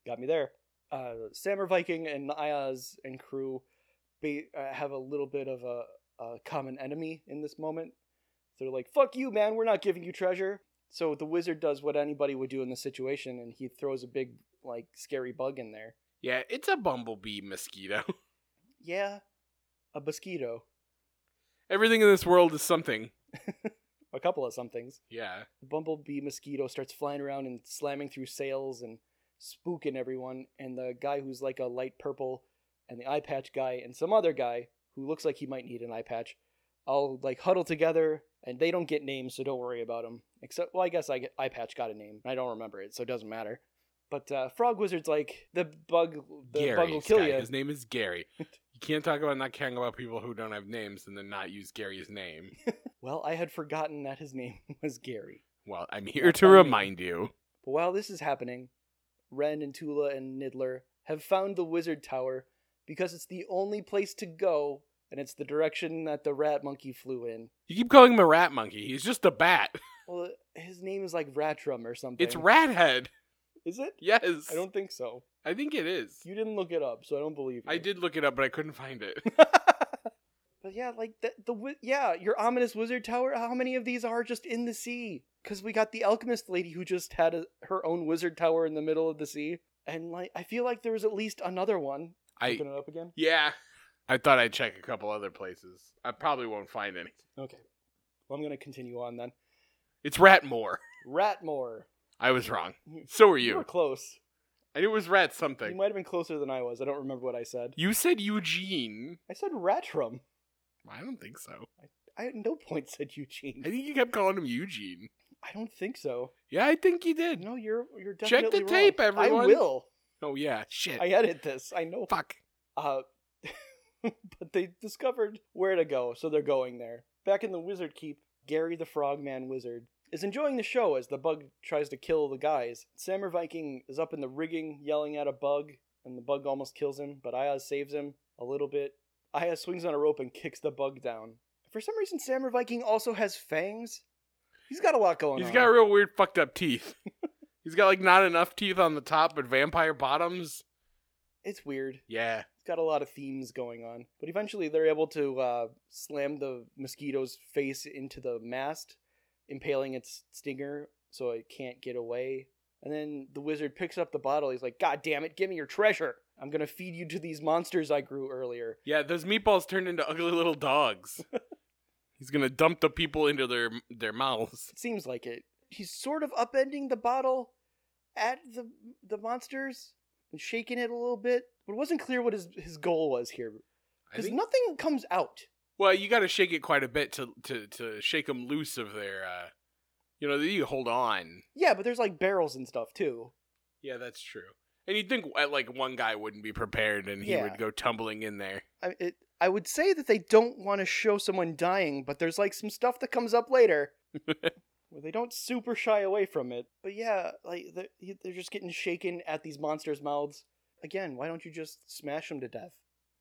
B: got me there. Uh, Samur Viking and Ayaz and crew be, uh, have a little bit of a, a common enemy in this moment. They're like, "Fuck you, man! We're not giving you treasure." So the wizard does what anybody would do in this situation, and he throws a big, like, scary bug in there.
C: Yeah, it's a bumblebee mosquito. [laughs]
B: Yeah, a mosquito,
C: Everything in this world is something.
B: a couple of somethings.
C: Yeah.
B: The bumblebee mosquito starts flying around and slamming through sails and spooking everyone. And the guy who's like a light purple, and the eye patch guy, and some other guy who looks like he might need an eye patch, all like huddle together. And they don't get names, so don't worry about them. Except, well, I guess I get, eye patch got a name. I don't remember it, so it doesn't matter. But uh, Frog Wizard's like the bug. The
C: Gary.
B: bug will kill
C: Sky.
B: you.
C: His name is
B: [laughs]
C: Gary. You can't talk about not caring about people who don't have names and then not use Gary's
B: [laughs]
C: name.
B: Well, I had forgotten that his name [laughs] was Gary.
C: Well, I'm here
B: That's
C: to
B: on me.
C: remind you.
B: But while this is happening, Ren and Tula and Nidler have found the Wizard Tower because it's the only place to go, and it's the direction that the rat monkey flew in.
C: You keep calling him a rat monkey. He's just a bat.
B: [laughs] Well, his name is like Ratrum or something.
C: It's rat head.
B: Is it?
C: [laughs] Yes.
B: I don't think so.
C: I think it is.
B: You didn't look it up, so I don't believe you.
C: I did [laughs] look it up, but I couldn't find it.
B: [laughs] but yeah, like the the wi- yeah, your ominous wizard tower. How many of these are just in the sea? Because we got the alchemist lady who just had a, her own wizard tower in the middle of the sea, and like I feel like there was at least another one.
C: I
B: Looking it up again.
C: [laughs] yeah. I thought I'd check a couple other places. I probably won't find any.
B: Okay. Well, I'm going to continue on then.
C: It's Ratmore.
B: Ratmore.
C: I was
B: [laughs]
C: wrong. So were you.
B: were close.
C: And it was rat something.
B: You might have been closer than I was. I don't remember what I said.
C: You said Eugene.
B: I said Ratrum.
C: I don't think so.
B: I at no point [laughs] said
C: I
B: Eugene.
C: think you kept calling him Eugene.
B: I don't think so.
C: Yeah, I think you did.
B: No, you're you're
C: Check
B: definitely
C: the
B: wrong.
C: tape, everyone. [laughs]
B: I will.
C: Oh yeah, shit.
B: I edit this. I know.
C: Fuck.
B: Uh, [laughs] but they discovered where to go, so they're going there. Back in the Wizard Keep, Gary the Frogman Wizard is enjoying the show as the bug tries to kill the guys. Samur Viking is up in the rigging yelling at a bug, and the bug almost kills him, but Ayaz saves him a little bit. Ayaz swings on a rope and kicks the bug down. For some reason, Samur Viking also has fangs. He's got a lot going
C: He's
B: on.
C: got real weird fucked up teeth. [laughs] He's got like not enough teeth on the top, but vampire bottoms.
B: it's weird.
C: Yeah.
B: It's got a lot of themes going on. But eventually, they're able to uh, slam the mosquito's face into the mast, impaling its stinger so it can't get away. And then the wizard picks up the bottle. He's like, God damn it, give me your treasure. I'm going to feed you to these monsters I grew earlier.
C: Yeah, those meatballs turned into ugly little
B: [laughs]
C: dogs. He's gonna dump the people into their their mouths.
B: It seems like it. He's sort of upending the bottle at the the monsters and shaking it a little bit. But it wasn't clear what his, his goal was here.
C: I
B: Because
C: think-
B: nothing comes out.
C: well, you got to shake it quite a bit to to to shake them loose of their, uh, you know, you hold on.
B: Yeah, but there's like barrels and stuff too.
C: Yeah, that's true. And you'd think uh, like one guy wouldn't be prepared and he
B: Yeah.
C: would go tumbling in there.
B: I, it, I would say that they don't want to show someone dying, but there's like some stuff that comes up later where they don't super shy away from it. But yeah, like they're, you- they're just getting shaken at these monsters' mouths. Again, why don't you just smash them to death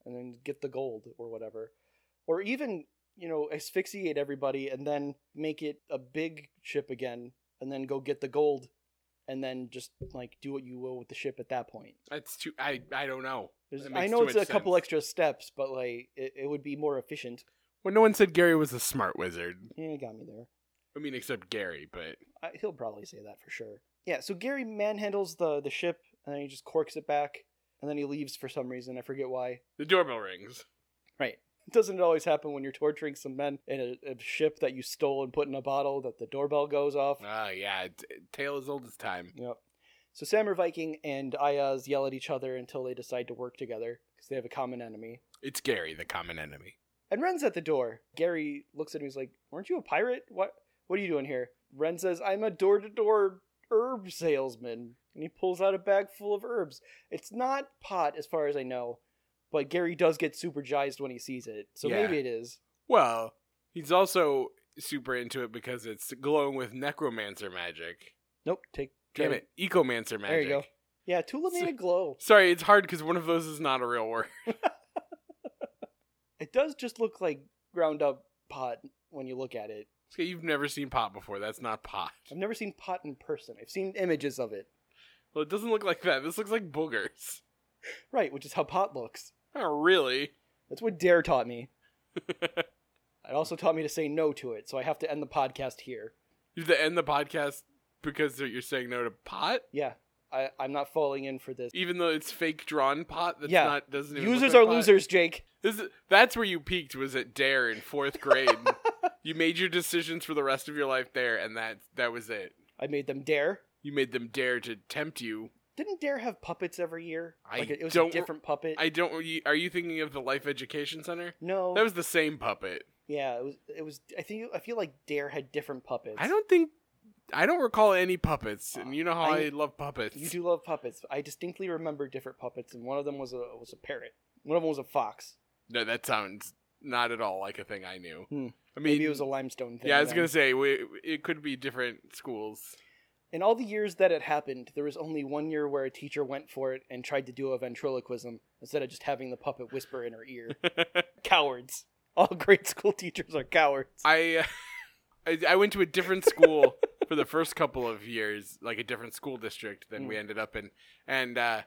B: and then get the gold or whatever? Or even, you know, asphyxiate everybody and then make it a big ship again and then go get the gold and then just like do what you will with the ship at that point.
C: That's too. I I don't know.
B: There's,
C: That
B: I
C: makes
B: know
C: too
B: it's a
C: much
B: couple
C: sense.
B: extra steps, but like it, it would be more efficient.
C: Well, no one said Gary was a smart wizard.
B: Yeah, you got me there.
C: I mean, except Gary, but
B: I, he'll probably say that for sure. Yeah, so Gary manhandles the the ship and then he just corks it back and then he leaves for some reason. I forget why.
C: the doorbell rings.
B: Right. Doesn't it always happen when you're torturing some men in a, a ship that you stole and put in a bottle that the doorbell goes off?
C: Ah, yeah, t- tale as old as time.
B: Yep. So Sam or Viking and Ayaz yell at each other until they decide to work together because they have a common enemy.
C: It's Gary, the common enemy.
B: And Ren's at the door. Gary looks at him. He's like, "Weren't you a pirate? What? What are you doing here?" Ren says, "I'm a door-to-door herb salesman," and he pulls out a bag full of herbs. It's not pot, as far as I know, but Gary does get super jized when he sees it, so
C: Yeah.
B: maybe it is.
C: Well, he's also super into it because it's glowing with necromancer magic.
B: Nope. Take
C: Damn
B: try-
C: it, ecomancer magic.
B: There you go. Yeah, Tula made
C: So-
B: it glow.
C: Sorry, it's hard because one of those is not a real word. [laughs]
B: It does just look like ground-up pot when you look at it.
C: Okay, You've never seen pot before. That's not pot.
B: I've never seen pot in person. I've seen images of it.
C: Well, it doesn't look like that. This looks like boogers. [laughs]
B: Right, which is how pot looks.
C: Not really. [laughs]
B: That's what Dare taught me. it also taught me to say no to it, so I have to end the podcast here.
C: You have to end the podcast because you're saying no to pot,
B: Yeah, I, I'm not falling in for this.
C: even though it's fake drawn pot. That's
B: Yeah.
C: not doesn't even look
B: Users
C: like
B: are
C: pot.
B: losers, Jake.
C: This is, that's where you peaked. Was at Dare in fourth
B: [laughs]
C: grade. you made your decisions for the rest of your life there, and that that was it.
B: I made them dare.
C: You made them dare to tempt you.
B: Didn't Dare have puppets every year?
C: I
B: like it was
C: don't-
B: a different puppet.
C: I don't. you- Are you thinking of the Life Education Center?
B: no,
C: That was the same puppet.
B: yeah, it was. It was. I think I feel like Dare had different puppets.
C: I don't think. I don't recall any puppets,
B: Uh,
C: and you know how I,
B: I-
C: love puppets.
B: You do love puppets. I distinctly remember different puppets, and one of them was a was a parrot. One of them was a fox.
C: No, that sounds not at all like a thing I knew.
B: Hmm.
C: I mean,
B: Maybe it was a limestone thing.
C: yeah, I was
B: then.
C: gonna say we, it could be different schools.
B: In all the years that it happened, there was only one year where a teacher went for it and tried to do a ventriloquism instead of just having the puppet whisper in her
C: [laughs]
B: ear. cowards. All grade school teachers are cowards.
C: I, [laughs] uh, I I went to a different
B: [laughs]
C: school for the first couple of years, like a different school district than
B: Hmm.
C: we ended up in, and uh,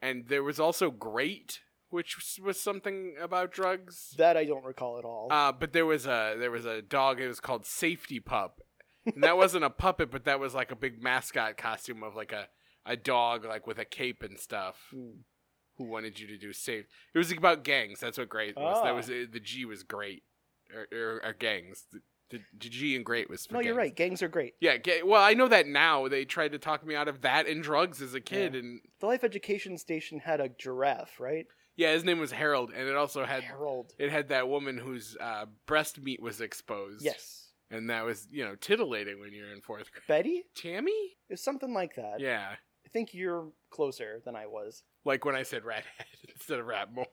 C: and there was also great, which was- was something about drugs.
B: That I don't recall at all.
C: Uh, but there was a there was a dog. It was called Safety
B: [laughs]
C: Pup, and that wasn't a puppet, but that was like a big mascot costume of like a a dog like with a cape and stuff.
B: Hmm.
C: Who wanted you to do safe? It was about gangs. That's what great was. That
B: Ah.
C: was uh, the G was great, or, or, or gangs. The, the, the G and great was. For
B: no, you're
C: gangs.
B: right. Gangs are great.
C: Yeah. Ga- well, I know that now. They tried to talk me out of that and drugs as a kid,
B: Yeah.
C: and
B: The Life Education Station had a giraffe, right?
C: yeah, his name was Harold, and it also had
B: Harold.
C: it had that woman whose uh, breast meat was exposed.
B: Yes.
C: and that was you know titillating when you're in fourth grade.
B: Betty?
C: Tammy?
B: It was something like that.
C: Yeah,
B: I think you're closer than I was.
C: like when I said Rathead [laughs] instead of Ratmore,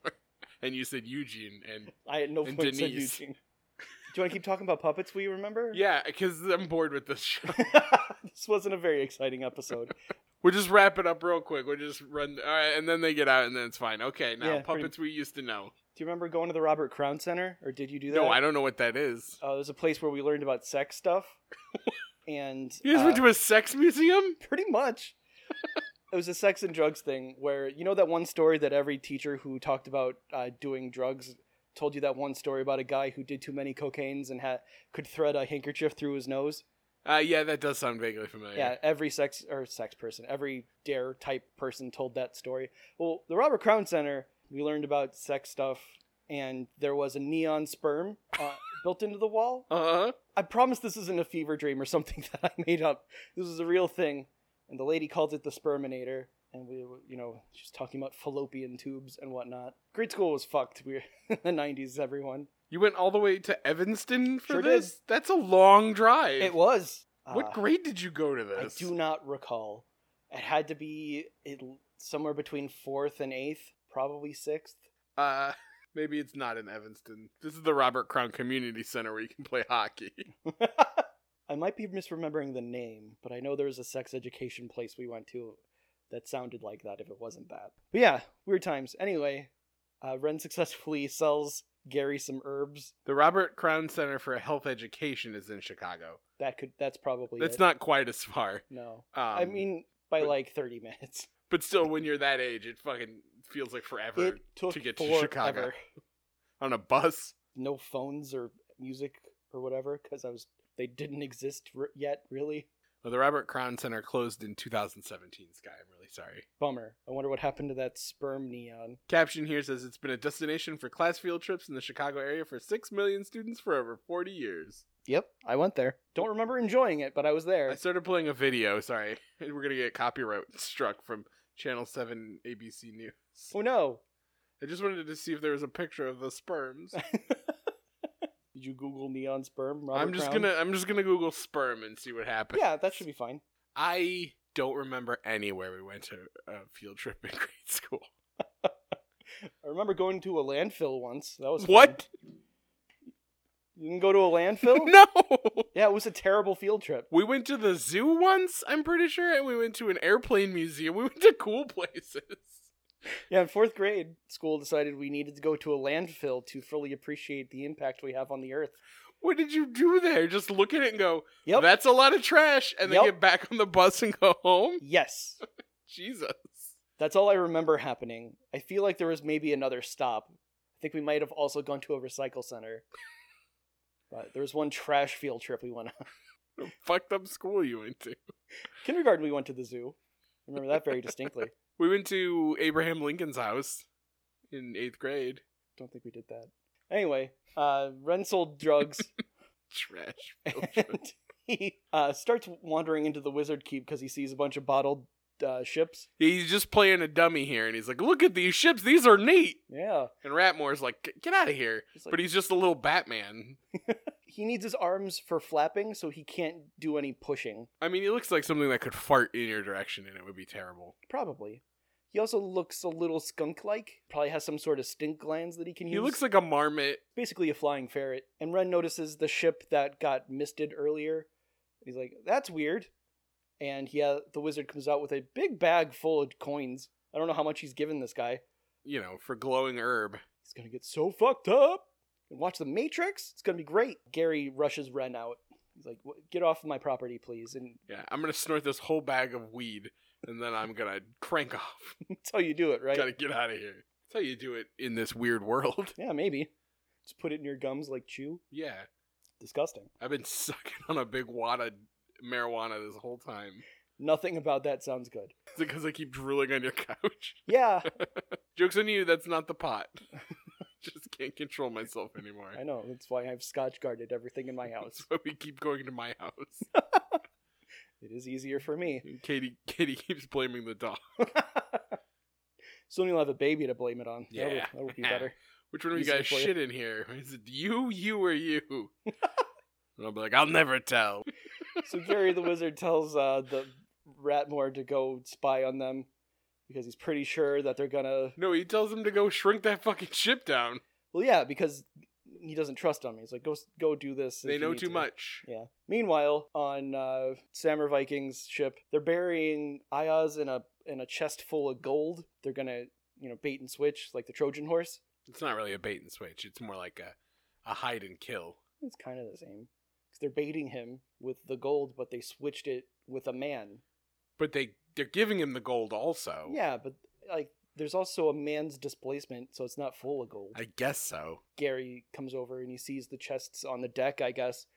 C: and you said Eugene, and
B: I at no
C: And
B: point said
C: Denise.
B: Eugene. Do you want to keep talking about puppets? Will you remember?
C: yeah, because I'm bored with this show.
B: [laughs] this wasn't a very exciting episode.
C: We'll just wrap it up real quick. We'll just run, all right, and then they get out, and then it's fine. Okay, now
B: Yeah, pretty-
C: puppets we used to know.
B: Do you remember going to the Robert Crown Center, or did you do that?
C: No, I don't know what that is.
B: Uh, it was a place where we learned about sex stuff, [laughs] and
C: You guys
B: uh,
C: went to a sex museum?
B: pretty much. it was a sex and drugs thing where you know that one story that every teacher who talked about uh, doing drugs told you that one story about a guy who did too many cocaines and ha- could thread a handkerchief through his nose.
C: Uh, yeah, that does sound vaguely familiar.
B: Yeah, every sex or sex person, every dare type person told that story. Well, the Robert Crown Center, we learned about sex stuff, and there was a neon sperm uh, built into the wall.
C: Uh huh.
B: I promise this isn't a fever dream or something [laughs] that I made up. This is a real thing, and the lady called it the sperminator. And we, were, you know, she's talking about fallopian tubes and whatnot. Grade school was fucked. We were [laughs] in the '90s, everyone.
C: You went all the way to Evanston for
B: Sure did.
C: this? That's a long drive.
B: It was.
C: What
B: Uh,
C: grade did you go to
B: I
C: this?
B: do not recall. It had to be it, somewhere between fourth and eighth, probably sixth. [laughs]
C: Uh, [laughs] maybe it's not in Evanston. This is the Robert Crown Community Center where you can play
B: [laughs]
C: hockey.
B: I might be misremembering the name, but I know there was a sex education place we went to that sounded like that if it wasn't that. But yeah, weird times. Anyway, uh, Ren successfully [laughs] sells Gary some herbs.
C: The Robert Crown Center for Health Education is in Chicago.
B: That could that's probably
C: That's
B: it.
C: not quite as far.
B: no.
C: Um,
B: I mean by
C: but-
B: like 30 minutes.
C: but still, when you're that age, it fucking feels like forever
B: It took
C: to get to
B: forever.
C: Chicago. on a bus.
B: No phones or music or whatever cuz I was they didn't exist r- yet really.
C: Well, the Robert Crown Center closed in 2017, Sky. I'm really sorry.
B: Bummer. I wonder what happened to that sperm neon.
C: Caption here says it's been a destination for class field trips in the Chicago area for 6 million students for over 40 years.
B: Yep, I went there. Don't remember enjoying it, but I was there.
C: I started playing a video, sorry. [laughs] We're going to get copyright struck from Channel 7 ABC News.
B: oh no.
C: I just wanted to see if there was a picture of the sperms.
B: [laughs] Did you Google neon sperm? Robert
C: I'm just
B: Crown?
C: going to I'm just going to Google sperm and see what happens.
B: Yeah, that should be fine.
C: I don't remember anywhere we went to a field trip in [laughs] grade school.
B: I remember going to a landfill once. That was fun.
C: What?
B: You can go to a landfill?
C: [laughs] No.
B: Yeah, it was a terrible field trip.
C: We went to the zoo once, I'm pretty sure, and we went to an airplane museum. We went to cool places.
B: Yeah, in fourth grade, school decided we needed to go to a landfill to fully appreciate the impact we have on the earth.
C: What did you do there? Just look at it and go,
B: Yep.
C: that's a lot of trash, and then
B: Yep.
C: get back on the bus and go home?
B: yes.
C: Jesus.
B: That's all I remember happening. I feel like there was maybe another stop. I think we might have also gone to a recycle center. But there was one trash field trip we went on. [laughs]
C: What a fucked up school you went to.
B: Kindergarten, we went to the zoo. I remember that very distinctly.
C: We went to Abraham Lincoln's house in eighth grade.
B: Don't think we did that. Anyway, uh, Ren sold drugs. [laughs]
C: Trash. field trip.
B: and he uh, starts wandering into the wizard keep because he sees a bunch of bottled uh, ships.
C: he's just playing a dummy here, and he's like, look at these ships. These are neat.
B: Yeah,
C: And Ratmore's like, "Get- get out of here.
B: It's like-
C: But he's just a little Batman.
B: he needs his arms for flapping, so he can't do any pushing.
C: I mean, he looks like something that could fart in your direction, and it would be terrible.
B: Probably. He also looks a little skunk-like. Probably has some sort of stink glands that he can
C: He
B: use.
C: looks like a marmot.
B: basically a flying ferret. And Ren notices the ship that got misted earlier. He's like, "That's weird." And yeah, the wizard comes out with a big bag full of coins. I don't know how much he's given this guy.
C: you know, for glowing herb.
B: He's gonna get so fucked up. And watch the Matrix. It's gonna be great. Gary rushes Ren out. He's like, "Wh- "Get off my property, please!" And [laughs]
C: Yeah, I'm gonna snort this whole bag of weed and then I'm gonna crank [laughs] off.
B: that's how you do it, right?
C: Gotta get out of here. That's how you do it in this weird world. [laughs]
B: Yeah, maybe. Just put it in your gums like chew.
C: Yeah,
B: Disgusting.
C: I've been [laughs] sucking on a big wad of marijuana this whole time.
B: Nothing about that sounds good.
C: Is it because I keep drooling on your [laughs] couch? [laughs]
B: Yeah,
C: Joke's on you, that's not the pot. [laughs] Just can't control myself anymore.
B: [laughs] I know. That's why I've scotch guarded everything in my house.
C: That's why we keep going to my
B: [laughs]
C: house.
B: It is easier
C: [laughs]
B: for me. [laughs]
C: And Katie Katie keeps blaming the dog.
B: Soon you'll have a baby to blame it on. That'll-
C: Yeah. [laughs]
B: That would be better.
C: Which one of you
B: Easier
C: guys
B: for you.
C: shit in here? [laughs] Is it you, you, or you?
B: [laughs]
C: and I'll be like, I'll never tell. [laughs]
B: so Gary the Wizard tells uh, the Ratmore to go spy on them because he's pretty sure that they're gonna.
C: No, he tells him to go shrink that fucking ship down.
B: Well, yeah, because he doesn't trust them. He's like, go s- go do this. if
C: they
B: you
C: know
B: need
C: too
B: to."
C: much.
B: Yeah. Meanwhile, on uh, Samur Viking's ship, they're burying Ayaz in a in a chest full of gold. They're gonna you know bait and switch like the Trojan horse.
C: It's not really a bait and switch. It's more like a, a hide and kill.
B: It's kind of the same. 'Cause they're baiting him with the gold, but they switched it with a man.
C: But they they're giving him the gold also.
B: Yeah, but like there's also a man's displacement, so it's not full of gold.
C: I guess so.
B: Gary comes over and he sees the chests on the deck, I guess.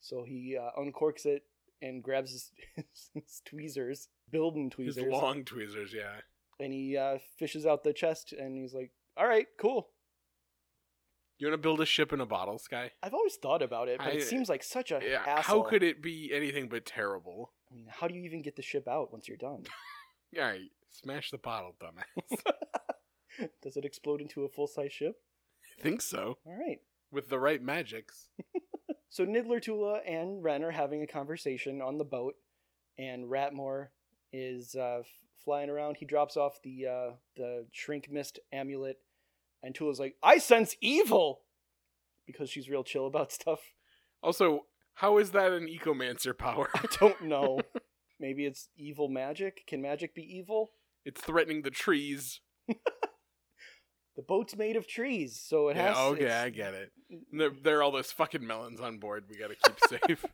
B: So he uh, uncorks it and grabs his, [laughs] his tweezers, building
C: His
B: tweezers,
C: long tweezers, yeah.
B: and he uh, fishes out the chest, and he's like, "All right, cool."
C: You want to build a ship in a bottle, Sky?
B: I've always thought about it, but
C: I-
B: it seems like such a
C: Yeah.
B: hassle.
C: How could it be anything but terrible?
B: I mean, how do you even get the ship out once
C: [laughs]
B: you're done? [laughs]
C: All right, smash the bottle, dumbass. [laughs]
B: Does it explode into a full size ship?
C: I think so.
B: All right.
C: With the right magics.
B: So Niddler Tula and Ren are having a conversation on the boat, and Ratmore is uh, f- flying around. He drops off the uh, the shrink mist amulet, and Tula's like, "I sense evil," because she's real chill about [laughs] stuff.
C: Also, how is that an ecomancer power? [laughs]
B: I [laughs] don't know. Maybe it's evil magic. Can magic be evil?
C: it's threatening the trees.
B: The boat's made of trees, so it
C: Yeah,
B: has.
C: okay,
B: it's-
C: I get it. There, there are all those fucking melons on board. We gotta
B: [laughs]
C: keep safe.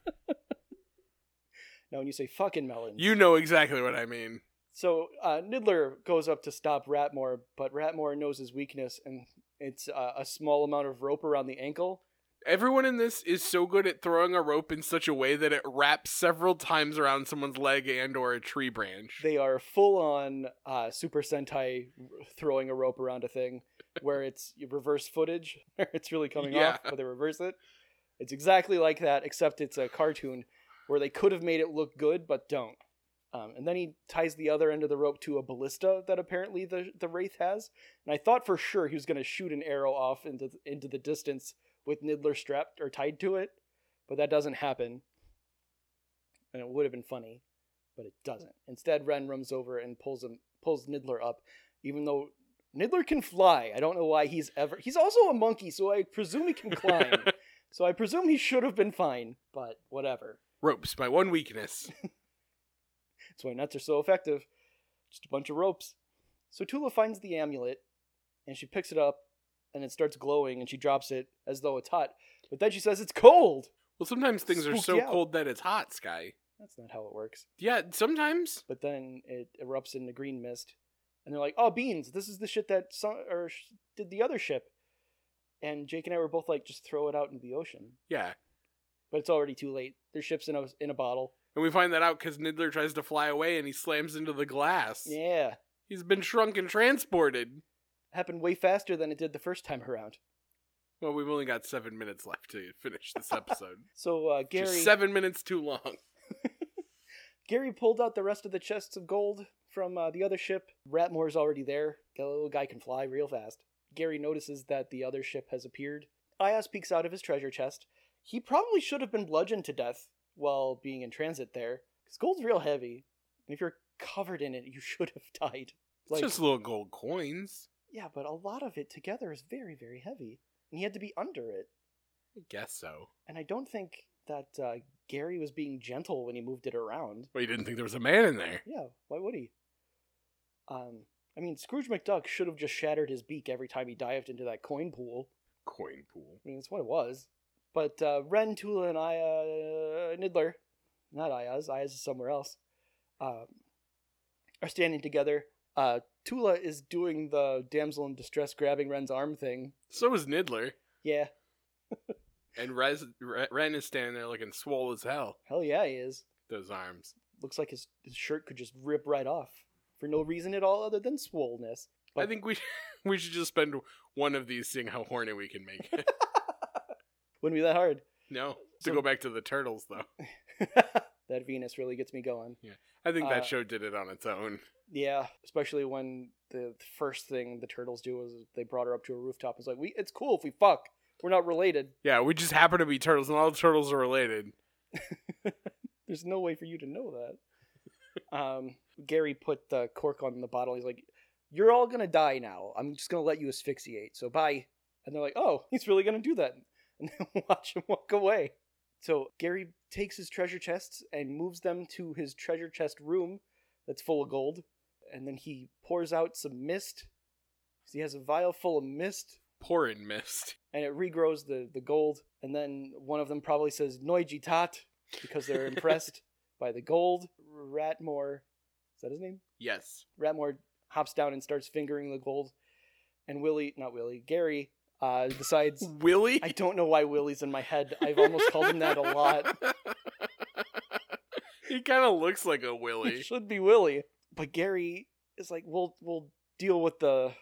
B: Now, when you say fucking melons,
C: You know exactly what I mean.
B: So uh, Niddler goes up to stop Ratmore, but Ratmore knows his weakness, and it's uh, a small amount of rope around the ankle.
C: Everyone in this is so good at throwing a rope in such a way that it wraps several times around someone's leg and or a tree branch.
B: They are full on uh, Super Sentai throwing a rope around a thing, where it's reverse footage. [laughs] it's really coming
C: Yeah.
B: off, but they reverse it. It's exactly like that, except it's a cartoon where they could have made it look good, but don't. Um, and then he ties the other end of the rope to a ballista that apparently the the wraith has. And I thought for sure he was going to shoot an arrow off into into the distance with Niddler strapped or tied to it, but that doesn't happen. And it would have been funny, but it doesn't. Instead, Ren runs over and pulls him pulls Niddler up, even though Niddler can fly. I don't know why he's ever. He's also a monkey, so I presume he can climb. so I presume he should have been fine, but whatever.
C: Ropes, my one weakness.
B: That's why nuts are so effective. Just a bunch of ropes. So Tula finds the amulet and she picks it up and it starts glowing and she drops it as though it's hot. But then she says it's cold.
C: Well, sometimes things are
B: Spooked
C: so
B: you out.
C: cold that it's hot, Sky.
B: That's not how it works.
C: Yeah, sometimes.
B: But then it erupts into green mist and they're like, "Oh, beans, this is the shit that sun- or sh- did the other ship." And Jake and I were both like, "Just throw it out into the ocean."
C: Yeah.
B: But it's already too late. Their ship's in a in a bottle.
C: And we find that out because Niddler tries to fly away and he slams into the glass.
B: Yeah.
C: He's been shrunk and transported.
B: Happened way faster than it did the first time around.
C: Well, we've only got seven minutes left to finish
B: [laughs]
C: this episode.
B: So uh, Gary
C: Just seven minutes too long.
B: Gary pulled out the rest of the chests of gold from uh, the other ship. Ratmore's already there. That little guy can fly real fast. Gary notices that the other ship has appeared. Ayas peeks out of his treasure chest. He probably should have been bludgeoned to death while being in transit there, because gold's real heavy, and if you're covered in it, you should have [laughs] died. Like,
C: it's just little gold coins,
B: yeah, but a lot of it together is very, very heavy, and he had to be under it.
C: I guess so.
B: And I don't think that uh, Gary was being gentle when he moved it around.
C: Well, you didn't think there was a man in there.
B: Yeah, why would he? Um, I mean, Scrooge McDuck should have just shattered his beak every time he dived into that coin pool.
C: Coin pool.
B: I mean, that's what it was. But uh, Ren, Tula, and Aya, Niddler, not Aya's, Aya's is somewhere else, uh, are standing together. Uh, Tula is doing the damsel in distress grabbing Ren's arm thing.
C: So is Niddler.
B: Yeah,
C: And Rez, Re- Ren is standing there looking swole as hell.
B: hell yeah, he is.
C: Those arms.
B: Looks like his, his shirt could just rip right off for no reason at all other than swollenness.
C: I think we [laughs] we should just spend one of these seeing how horny we can make
B: [laughs]
C: it.
B: Wouldn't be that hard. [laughs]
C: no. To
B: So-
C: go back to the turtles, though.
B: that Venus really gets me going.
C: I think that
B: Uh,
C: show did it on its own.
B: Yeah, especially when the first thing the turtles do is they brought her up to a rooftop. It's like we, it's cool if we fuck. We're not related.
C: Yeah, we just happen to be turtles, and all the turtles are related.
B: [laughs] There's no way for you to know that. um, Gary put the cork on the bottle. He's like, "You're all gonna die now. I'm just gonna let you asphyxiate. So bye." And they're like, "Oh, he's really gonna do that," [laughs] and then watch him walk away. So Gary takes his treasure chests and moves them to his treasure chest room that's full of gold, and then he pours out some mist. He has a vial full of mist
C: Pouring mist.
B: and it regrows the the gold. And then one of them probably says Noiji Tat because they're impressed by the gold. Ratmore, is that his name?
C: Yes.
B: Ratmore hops down and starts fingering the gold. And Willie, not Willie, Gary uh, decides.
C: Willie? [laughs]
B: I don't know why Willie's in my head. I've almost called him that a lot.
C: He kind of looks like a Willy.
B: It should be Willie. But Gary is like, we'll we'll deal with the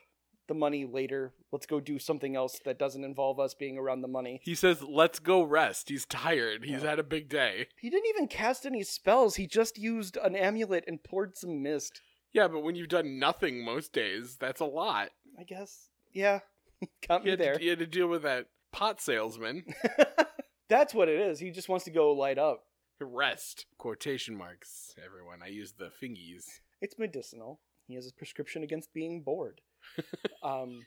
B: the money later. Let's go do something else that doesn't involve us being around the money.
C: He says, "Let's go rest. He's tired. He's
B: Yeah.
C: had a big day."
B: He didn't even cast any spells. He just used an amulet and poured some mist.
C: Yeah, but when you've done nothing most days, that's a lot.
B: I guess. Yeah. [laughs] Got
C: He
B: me
C: had,
B: there.
C: To, he had to deal with that pot salesman. [laughs]
B: [laughs] That's what it is. He just wants to go light up.
C: Rest. Quotation marks, everyone. I use the fingies.
B: It's medicinal. He has a prescription against being bored. Um,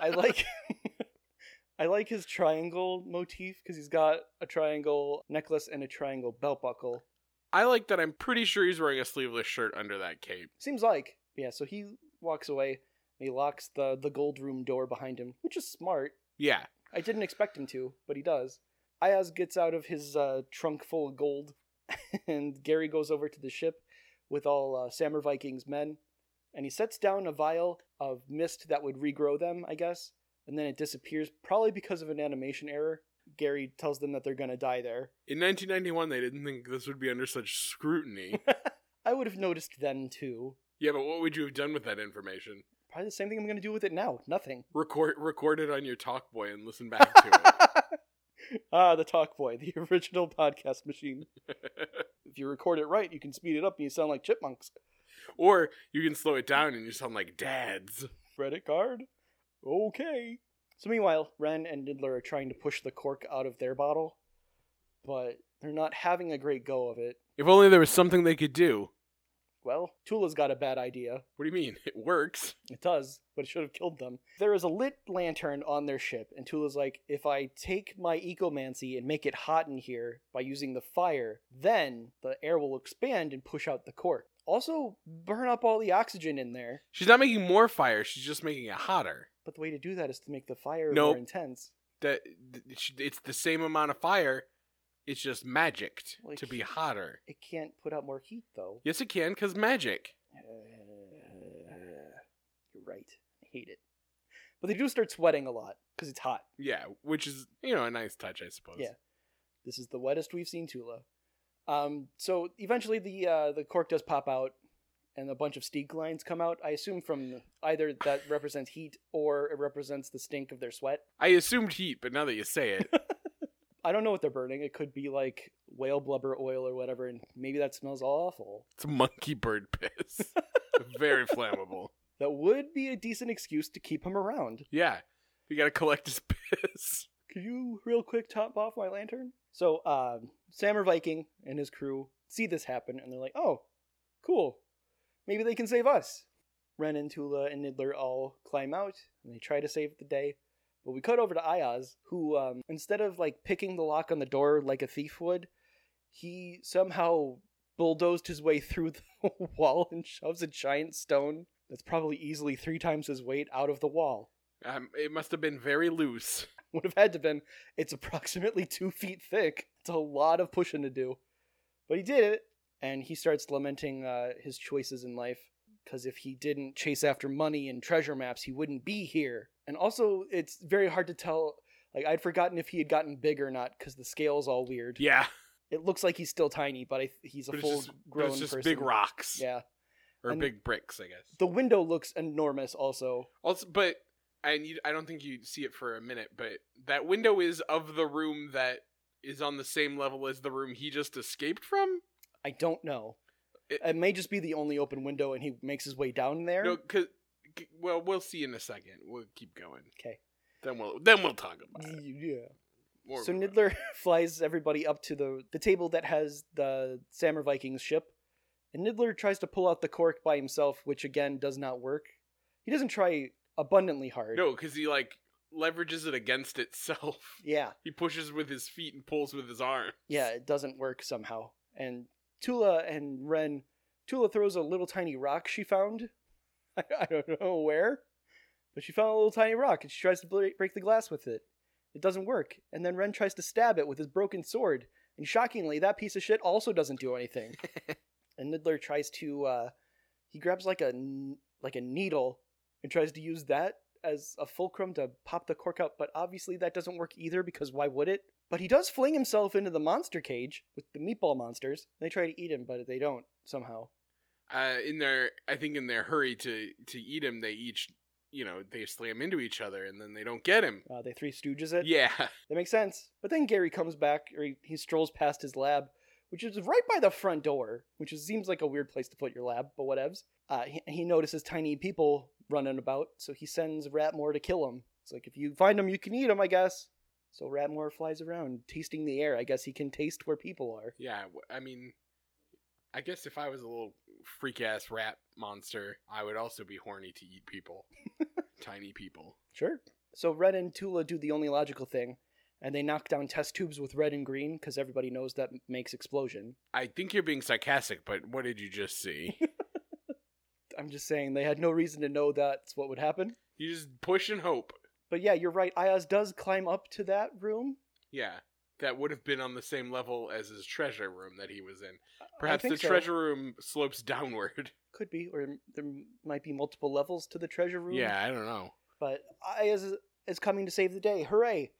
B: I like [laughs] I like his triangle motif because he's got a triangle necklace and a triangle belt buckle.
C: I like that I'm pretty sure he's wearing a sleeveless shirt under that cape.
B: Seems like yeah. So he walks away. And he locks the the gold room door behind him, which is smart.
C: Yeah.
B: I didn't expect him to, but he does. Ayaz gets out of his uh, trunk full of gold, [laughs] and Gary goes over to the ship with all uh, Samur Viking's men, and he sets down a vial of mist that would regrow them, I guess, and then it disappears, probably because of an animation error. Gary tells them that they're gonna die there. [laughs]
C: In 1991, they didn't think this would be under such scrutiny.
B: [laughs] I would have noticed then too.
C: yeah, but what would you have done with that information?
B: Probably the same thing I'm gonna do with it now. Nothing. [laughs]
C: Record, record it on your Talkboy and listen back to
B: ah, the Talk Boy, the [laughs] original podcast machine. [laughs]
C: it. [laughs]
B: If you record it right, you can speed it up and you sound like chipmunks.
C: or you can slow it down and you sound like dads.
B: credit card? Okay. So meanwhile, Ren and Nidler are trying to push the cork out of their bottle, but they're not having a great go of it.
C: If only there was something they could do.
B: Well, Tula's got a bad idea.
C: What do you mean? [laughs] It works.
B: It does, but it should have killed them. There is a lit lantern on their ship, and Tula's like, if I take my ecomancy and make it hot in here by using the fire, then the air will expand and push out the cork. Also, burn up all the oxygen in there.
C: She's not making more fire. She's just making it hotter.
B: But the way to do that is to make the fire
C: Nope.
B: more intense.
C: That th- it's the same amount of fire. It's just magicked
B: Like-
C: to be hotter.
B: It can't put out more heat, though.
C: Yes, it can, cause magic.
B: Uh, You're right. I hate it. But they do start sweating a lot because it's hot.
C: Yeah, which is you know a nice touch, I suppose.
B: Yeah. This is the wettest we've seen Tula. Um, so eventually the uh, the cork does pop out, and a bunch of stink lines come out. I assume from either that represents heat or it represents the stink of their sweat.
C: I assumed heat, but now that you say
B: [laughs]
C: it,
B: I don't know what they're burning. It could be like whale blubber oil or whatever, and maybe that smells awful.
C: it's monkey bird
B: [laughs]
C: piss. Very flammable.
B: That would be a decent excuse to keep him around.
C: Yeah, you gotta collect his [laughs] piss.
B: could you real quick top off my lantern? So um, Samur Viking and his crew see this happen and they're like, oh, cool. Maybe they can save us. Ren and Tula and Nidler all climb out and they try to save the day. But we cut over to Ayaz, who um, instead of like picking the lock on the door like a thief would, he somehow bulldozed his way through the [laughs] wall and shoves a giant stone that's probably easily three times his weight out of the wall
C: Um, it must have been very loose.
B: [laughs] would have had to been. It's approximately two feet thick. It's a lot of pushing to do, but he did it, and he starts lamenting uh, his choices in life because if he didn't chase after money and treasure maps, he wouldn't be here. And also, it's very hard to tell. Like I'd forgotten if he had gotten big or not because the scale's all weird.
C: [laughs] Yeah,
B: It looks like he's still tiny, but I, he's a
C: but it's
B: full
C: just, but
B: grown
C: it's just
B: person.
C: big rocks
B: Yeah,
C: or
B: And-
C: big bricks, I guess.
B: the window looks enormous. Also,
C: Also, but and you, I don't think you see it for a minute, but that window is of the room that is on the same level as the room he just escaped from.
B: I don't know.
C: It-
B: It, may just be the only open window, and he makes his way down there.
C: No, cause c- well, we'll see in a second. We'll keep going.
B: Okay.
C: Then we'll then we'll talk about it.
B: Yeah.
C: More
B: so
C: about it.
B: Nidler [laughs] flies everybody up to the the table that has the Samur Vikings ship, and Nidler tries to pull out the cork by himself, which again does not work. He doesn't try abundantly hard.
C: No, because he like leverages it against itself. [laughs]
B: Yeah,
C: He pushes with his feet and pulls with his arm. [laughs]
B: yeah, it doesn't work somehow. And Tula and Ren, Tula throws a little tiny rock she found. [laughs] I, I don't know where, but she found a little tiny rock and she tries to bre- break the glass with it. It doesn't work. And then Ren tries to stab it with his broken sword. And shockingly, that piece of shit also doesn't do anything. and Nidler tries to, uh, he grabs like a n- like a needle and tries to use that as a fulcrum to pop the cork up, but obviously that doesn't work either because why would it? But he does fling himself into the monster cage with the meatball monsters. They try to eat him, but they don't somehow.
C: Uh, in their, I think in their hurry to to eat him, they each, you know, they slam into each other and then they don't get him.
B: Uh, they three stooges it.
C: Yeah, [laughs]
B: That makes sense. But then Gary comes back, or he, he strolls past his lab, which is right by the front door, which is, seems like a weird place to put your lab, but whatevs. Uh, he, he notices tiny people running about, so he sends Ratmore to kill him. It's like, if you find him, you can eat him, I guess. So Ratmore flies around, tasting the air. I guess he can taste where people are.
C: yeah. w- I mean, I guess if I was a little freak ass rat monster, I would also be horny to eat
B: [laughs]
C: people, tiny people.
B: Sure. So Red and Tula do the only logical thing, and they knock down test tubes with red and green, because everybody knows that makes explosion.
C: I think you're being sarcastic, but what did you just
B: [laughs]
C: see?
B: I'm just saying, they had no reason to know that's what would happen.
C: you just push and hope.
B: But yeah, you're right. Ayaz does climb up to that room.
C: Yeah, that would have been on the same level as his treasure room that he was in.
B: I- I
C: Perhaps
B: think
C: the
B: so.
C: treasure room slopes downward. [laughs]
B: could be, or m- there m- might be multiple levels to the treasure room.
C: Yeah, I don't know.
B: But Ayaz is, is coming to save the day. Hooray!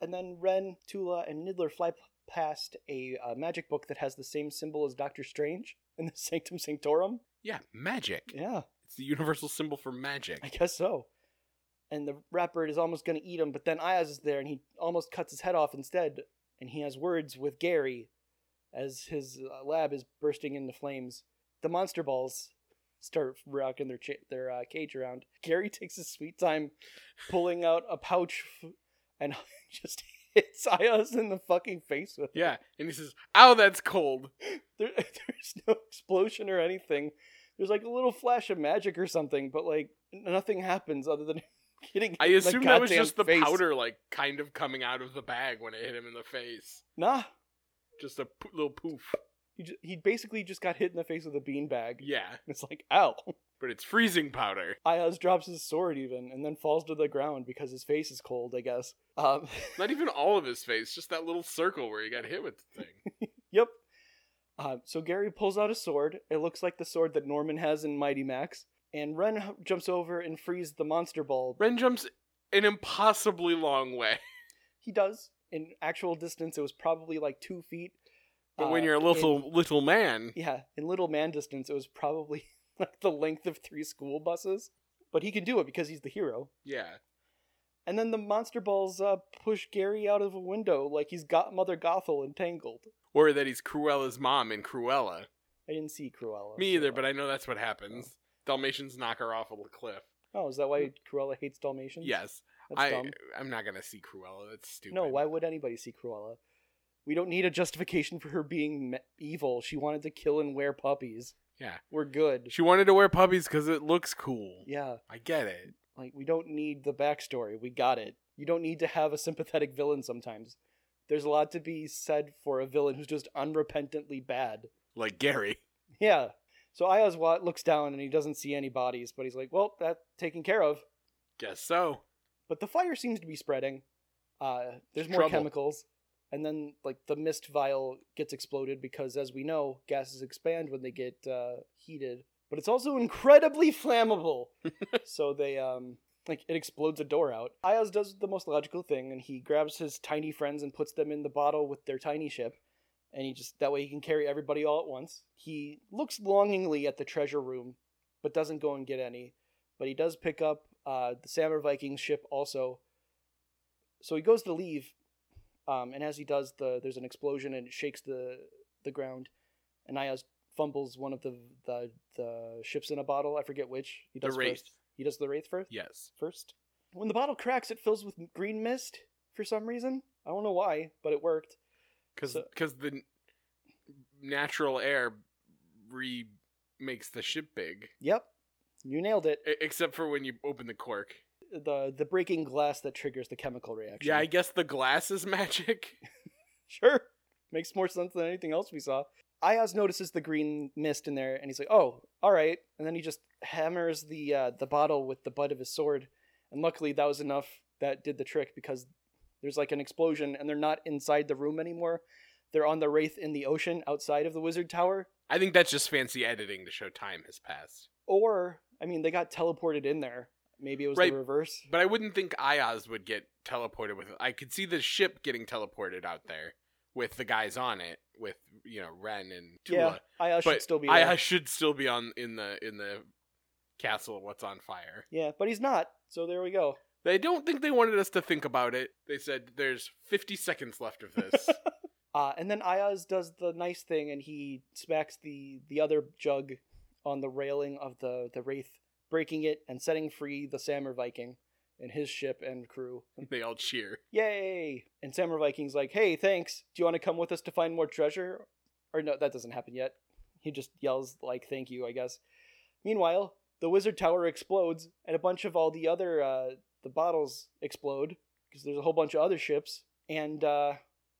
B: And then Ren, Tula, and Niddler fly p- past a uh, magic book that has the same symbol as Doctor Strange in the [laughs] Sanctum Sanctorum.
C: Yeah, magic.
B: Yeah,
C: It's the universal symbol for magic.
B: I guess so. And the rat bird is almost going to eat him, but then Ayaz is there and he almost cuts his head off instead. And he has words with Gary as his uh, lab is bursting into flames. The monster balls start rocking their, cha- their uh, cage around. Gary [laughs] takes his sweet time pulling out a pouch f- and [laughs] just hits Ayaz in the fucking face with it.
C: Yeah, and he says, "Ow, that's cold."
B: There, [laughs] there's no explosion or anything. There's like a little flash of magic or something, but like nothing happens other than [laughs] hitting.
C: I
B: him in the
C: assume that was
B: goddamn
C: just the
B: face.
C: powder, like kind of coming out of the bag when it hit him in the face.
B: Nah,
C: Just a po- little poof.
B: he, ju- he basically just got hit in the face with a beanbag. [laughs]
C: Yeah,
B: It's like ow. [laughs]
C: but it's freezing powder.
B: Ayaz drops his sword even, and then falls to the ground because his face is cold. I guess. Um, [laughs]
C: Not even all of his face, just that little circle where he got hit with the
B: [laughs]
C: thing.
B: yep. Um, so Gary pulls out a sword. It looks like the sword that Norman has in Mighty Max. And Ren h- jumps over and frees the monster ball.
C: Ren jumps an impossibly long way,
B: He does. In actual distance, it was probably like two feet.
C: but
B: Uh,
C: when you're a little little man,
B: in- yeah, in little man distance, it was probably [laughs] like the length of three school buses. But he can do it because he's the hero.
C: yeah,
B: And then the monster balls uh, push Gary out of a window like he's got Mother Gothel entangled.
C: or that he's Cruella's mom in Cruella.
B: I didn't see Cruella.
C: Me either, but I know that's what happens. Dalmatians knock her off a little cliff.
B: Oh, is that why Cruella hates Dalmatians?
C: Yes,
B: That's
C: Hmm. I
B: dumb.
C: I'm not gonna see Cruella. That's stupid.
B: No, why would anybody see Cruella? We don't need a justification for her being me- evil. She wanted to kill and wear puppies.
C: Yeah.
B: We're good.
C: She wanted to wear puppies because it looks cool.
B: Yeah.
C: I get it.
B: Like, we don't need the backstory. We got it. You don't need to have a sympathetic villain sometimes. There's a lot to be said for a villain who's just unrepentantly bad.
C: Like Gary.
B: Yeah. So Ayaz Watt looks down and he doesn't see any bodies, but he's like, well, that's taken care of.
C: Guess so.
B: But the fire seems to be spreading. Uh, there's more
C: Trouble.
B: chemicals. And then, like, the mist vial gets exploded because, as we know, gases expand when they get uh, heated. But it's also incredibly [laughs] flammable. so they, um, like, it explodes a door out. Ayaz does the most logical thing, and he grabs his tiny friends and puts them in the bottle with their tiny ship. And he just, that way he can carry everybody all at once. He looks longingly at the treasure room, but doesn't go and get any but he does pick up uh, the Samar Viking ship also. So he goes to leave, um, and as he does, the there's an explosion and it shakes the the ground, and Ayaz fumbles one of the the, the ships in a bottle. I forget which he
C: The
B: does
C: Wraith.
B: first. He does the wraith first.
C: Yes.
B: First, when the bottle cracks, it fills with green mist for some reason. I don't know why, but it worked.
C: Because
B: So-
C: the n- natural air re makes the ship big.
B: Yep, you nailed it.
C: E- except for when you open the cork.
B: the The breaking glass that triggers the chemical reaction.
C: Yeah, I guess the glass is [laughs] magic.
B: Sure. Makes more sense than anything else we saw. Ayaz notices the green mist in there and he's like, "Oh, all right." And then he just hammers the uh, the bottle with the butt of his sword, and luckily that was enough that did the trick because there's like an explosion and they're not inside the room anymore. They're on the wraith in the ocean outside of the wizard tower.
C: I think that's just fancy editing to show time has passed.
B: Or I mean, they got teleported in there. Maybe it was
C: Right.
B: the reverse.
C: But I wouldn't think Ayaz would get teleported with. I could see the ship getting teleported out there with the guys on it, with you know Ren and Tula.
B: Yeah, Ayaz
C: but
B: should still be.
C: Ayaz
B: there.
C: should still be on in the in the castle. What's on fire?
B: Yeah, but he's not. So there we go.
C: They don't think they wanted us to think about it. They said there's 50 seconds left of
B: [laughs]
C: this.
B: Uh, and then Ayaz does the nice thing, and he smacks the the other jug on the railing of the the wraith, breaking it and setting free the Samur Viking and his ship and crew.
C: they all cheer.
B: Yay! And Samur Viking's like, "Hey, thanks. Do you want to come with us to find more treasure?" Or no, that doesn't happen yet. He just yells like, "Thank you," I guess. Meanwhile, the wizard tower explodes, and a bunch of all the other uh, the bottles explode because there's a whole bunch of other ships, and uh,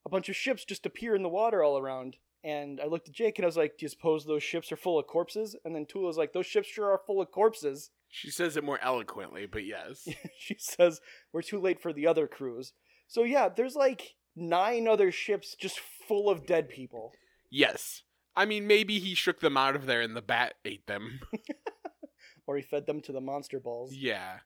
B: a bunch of ships just appear in the water all around. And I looked at Jake and I was like, "Do you suppose those ships are full of corpses?" And then Tula's like, "Those ships sure are full of corpses."
C: She says it more eloquently, but yes.
B: [laughs] she says we're too late for the other cruise. So yeah, there's like nine other ships just full of dead people.
C: yes. I mean, maybe he shook them out of there and the bat ate them. [laughs]
B: Or he fed them to the monster balls.
C: yeah.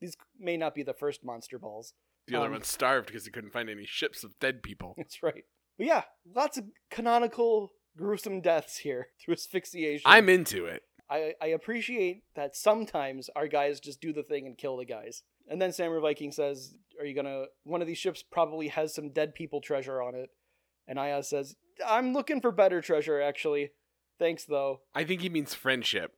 B: These may not be the first monster balls. [laughs]
C: The other
B: Um,
C: one starved because he couldn't find any ships of dead
B: [laughs]
C: people.
B: That's right. But yeah, lots of canonical gruesome deaths here through asphyxiation.
C: I'm into it.
B: I, I appreciate that sometimes our guys just do the thing and kill the guys. And then Samurai Viking says, Are you gonna one of these ships probably has some dead people treasure on it? And Ayaz says, I'm looking for better treasure actually. Thanks though.
C: I think he means friendship.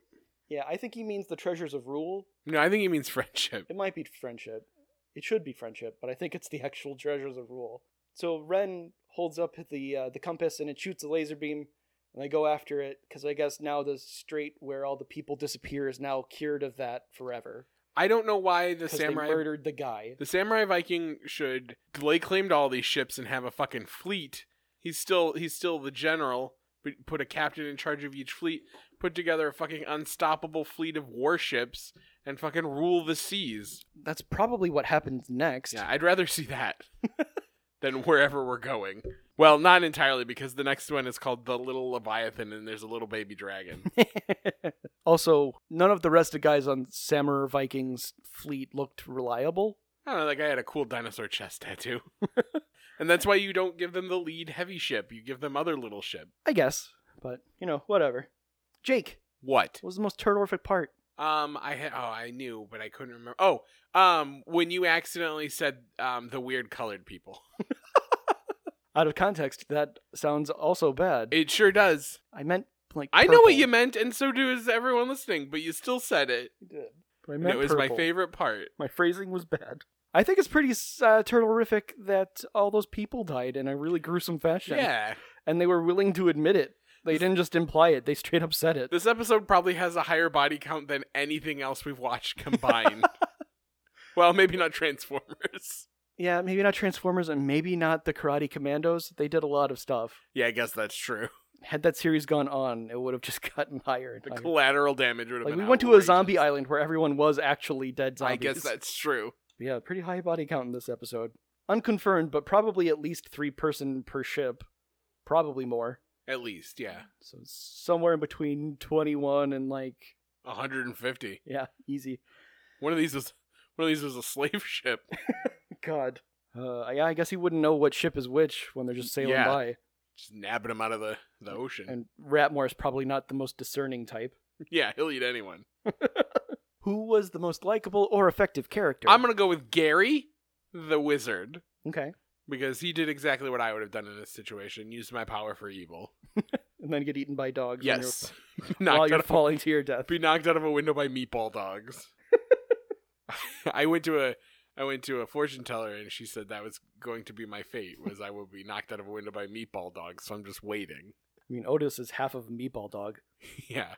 B: Yeah, I think he means the treasures of rule.
C: No, I think he means [laughs] friendship.
B: It might be friendship. It should be friendship, but I think it's the [laughs] actual treasures of rule. So Ren holds up the uh, the compass and it shoots a laser beam, and they go after it because I guess now the strait where all the people disappear is now cured of that forever
C: I don't know why the
B: because they
C: samurai
B: murdered the guy.
C: the samurai Viking should lay claim to all these ships and have a fucking fleet. He's still he's still the general. but Put a captain in charge of each fleet. Put together a fucking unstoppable fleet of warships and fucking rule the seas.
B: That's probably what happens next.
C: Yeah, I'd rather see that than wherever we're going. Well, not entirely because the next one is called the Little Leviathan and there's a little baby dragon.
B: [laughs] also, none of the rest of guys on Samurai Viking's fleet looked reliable.
C: I don't know, that guy had a cool dinosaur chest tattoo. [laughs] and that's why you don't give them the lead heavy ship. You give them other little ship.
B: I guess, but you know, whatever. Jake,
C: What?
B: what was the most turtlerific part?
C: Um, I had, oh, I knew, but I couldn't remember. Oh, um, when you accidentally said, um, the weird colored people.
B: Out of context, that sounds also bad.
C: It sure does.
B: I meant like
C: I know what
B: purple.
C: you meant, and so does everyone listening, but you still said it.
B: But I
C: And
B: meant
C: it was my
B: purple.
C: favorite part.
B: My phrasing was bad. I think it's pretty uh, turtlerific that all those people died in a really gruesome fashion.
C: Yeah.
B: and they were willing to admit it. They didn't just imply it; they straight up said it.
C: This episode probably has a higher body count than anything else we've
B: [laughs]
C: watched combined. well, maybe not Transformers. [laughs]
B: Yeah, maybe not Transformers, and maybe not the Karate Commandos. They did a lot of stuff.
C: Yeah, I guess that's true.
B: Had that series gone on, it would have just [laughs] gotten higher and
C: The
B: higher.
C: collateral damage would have
B: Like
C: been.
B: we went to a
C: outrageous.
B: zombie island where everyone was actually dead zombies.
C: I guess that's true.
B: Yeah, pretty high body count in this episode. Unconfirmed, but probably at least three person per ship. Probably more.
C: At least, yeah,
B: So somewhere in between 21 and like,
C: 150.
B: yeah, easy.
C: One of these was one of these was a slave [laughs] ship.
B: God. Uh, yeah, I guess he wouldn't know what ship is which when they're just sailing
C: Yeah.
B: by.
C: Just nabbing them out of the the ocean.
B: And Ratmore is probably not the most discerning type.
C: yeah, he'll eat anyone.
B: Who was the most likable or effective character?
C: I'm gonna go with Gary, the wizard,
B: okay.
C: because he did exactly what I would have done in this situation: used my power for evil.
B: And then get eaten by dogs. when
C: Yes,
B: You're, while
C: [laughs] knocked
B: you're
C: out of
B: falling to your death.
C: be knocked out of a window by meatball dogs. [laughs] I went to a I went to a fortune teller and she said that was going to be my fate was I would be knocked out of a window by meatball dogs, so I'm just waiting. [laughs]
B: I mean, Otis is half of a meatball dog.
C: Yeah.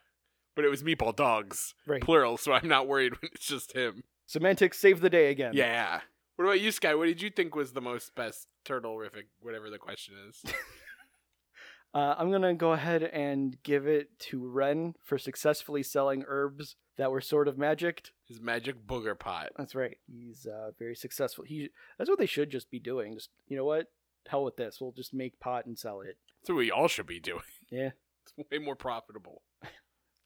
C: But it was meatball dogs,
B: Right.
C: plural, so I'm not worried when it's just him.
B: Semantics save the day again.
C: Yeah. What about you, Sky? What did you think was the most best turtle-rific, whatever the question is?
B: Uh, I'm gonna go ahead and give it to Ren for successfully selling herbs that were sort of magicked.
C: His magic booger pot.
B: That's right. He's uh, very successful. He that's what they should just be doing. Just you know what? Hell with this. We'll just make pot and sell it.
C: That's what we all should be doing.
B: Yeah.
C: It's way more profitable.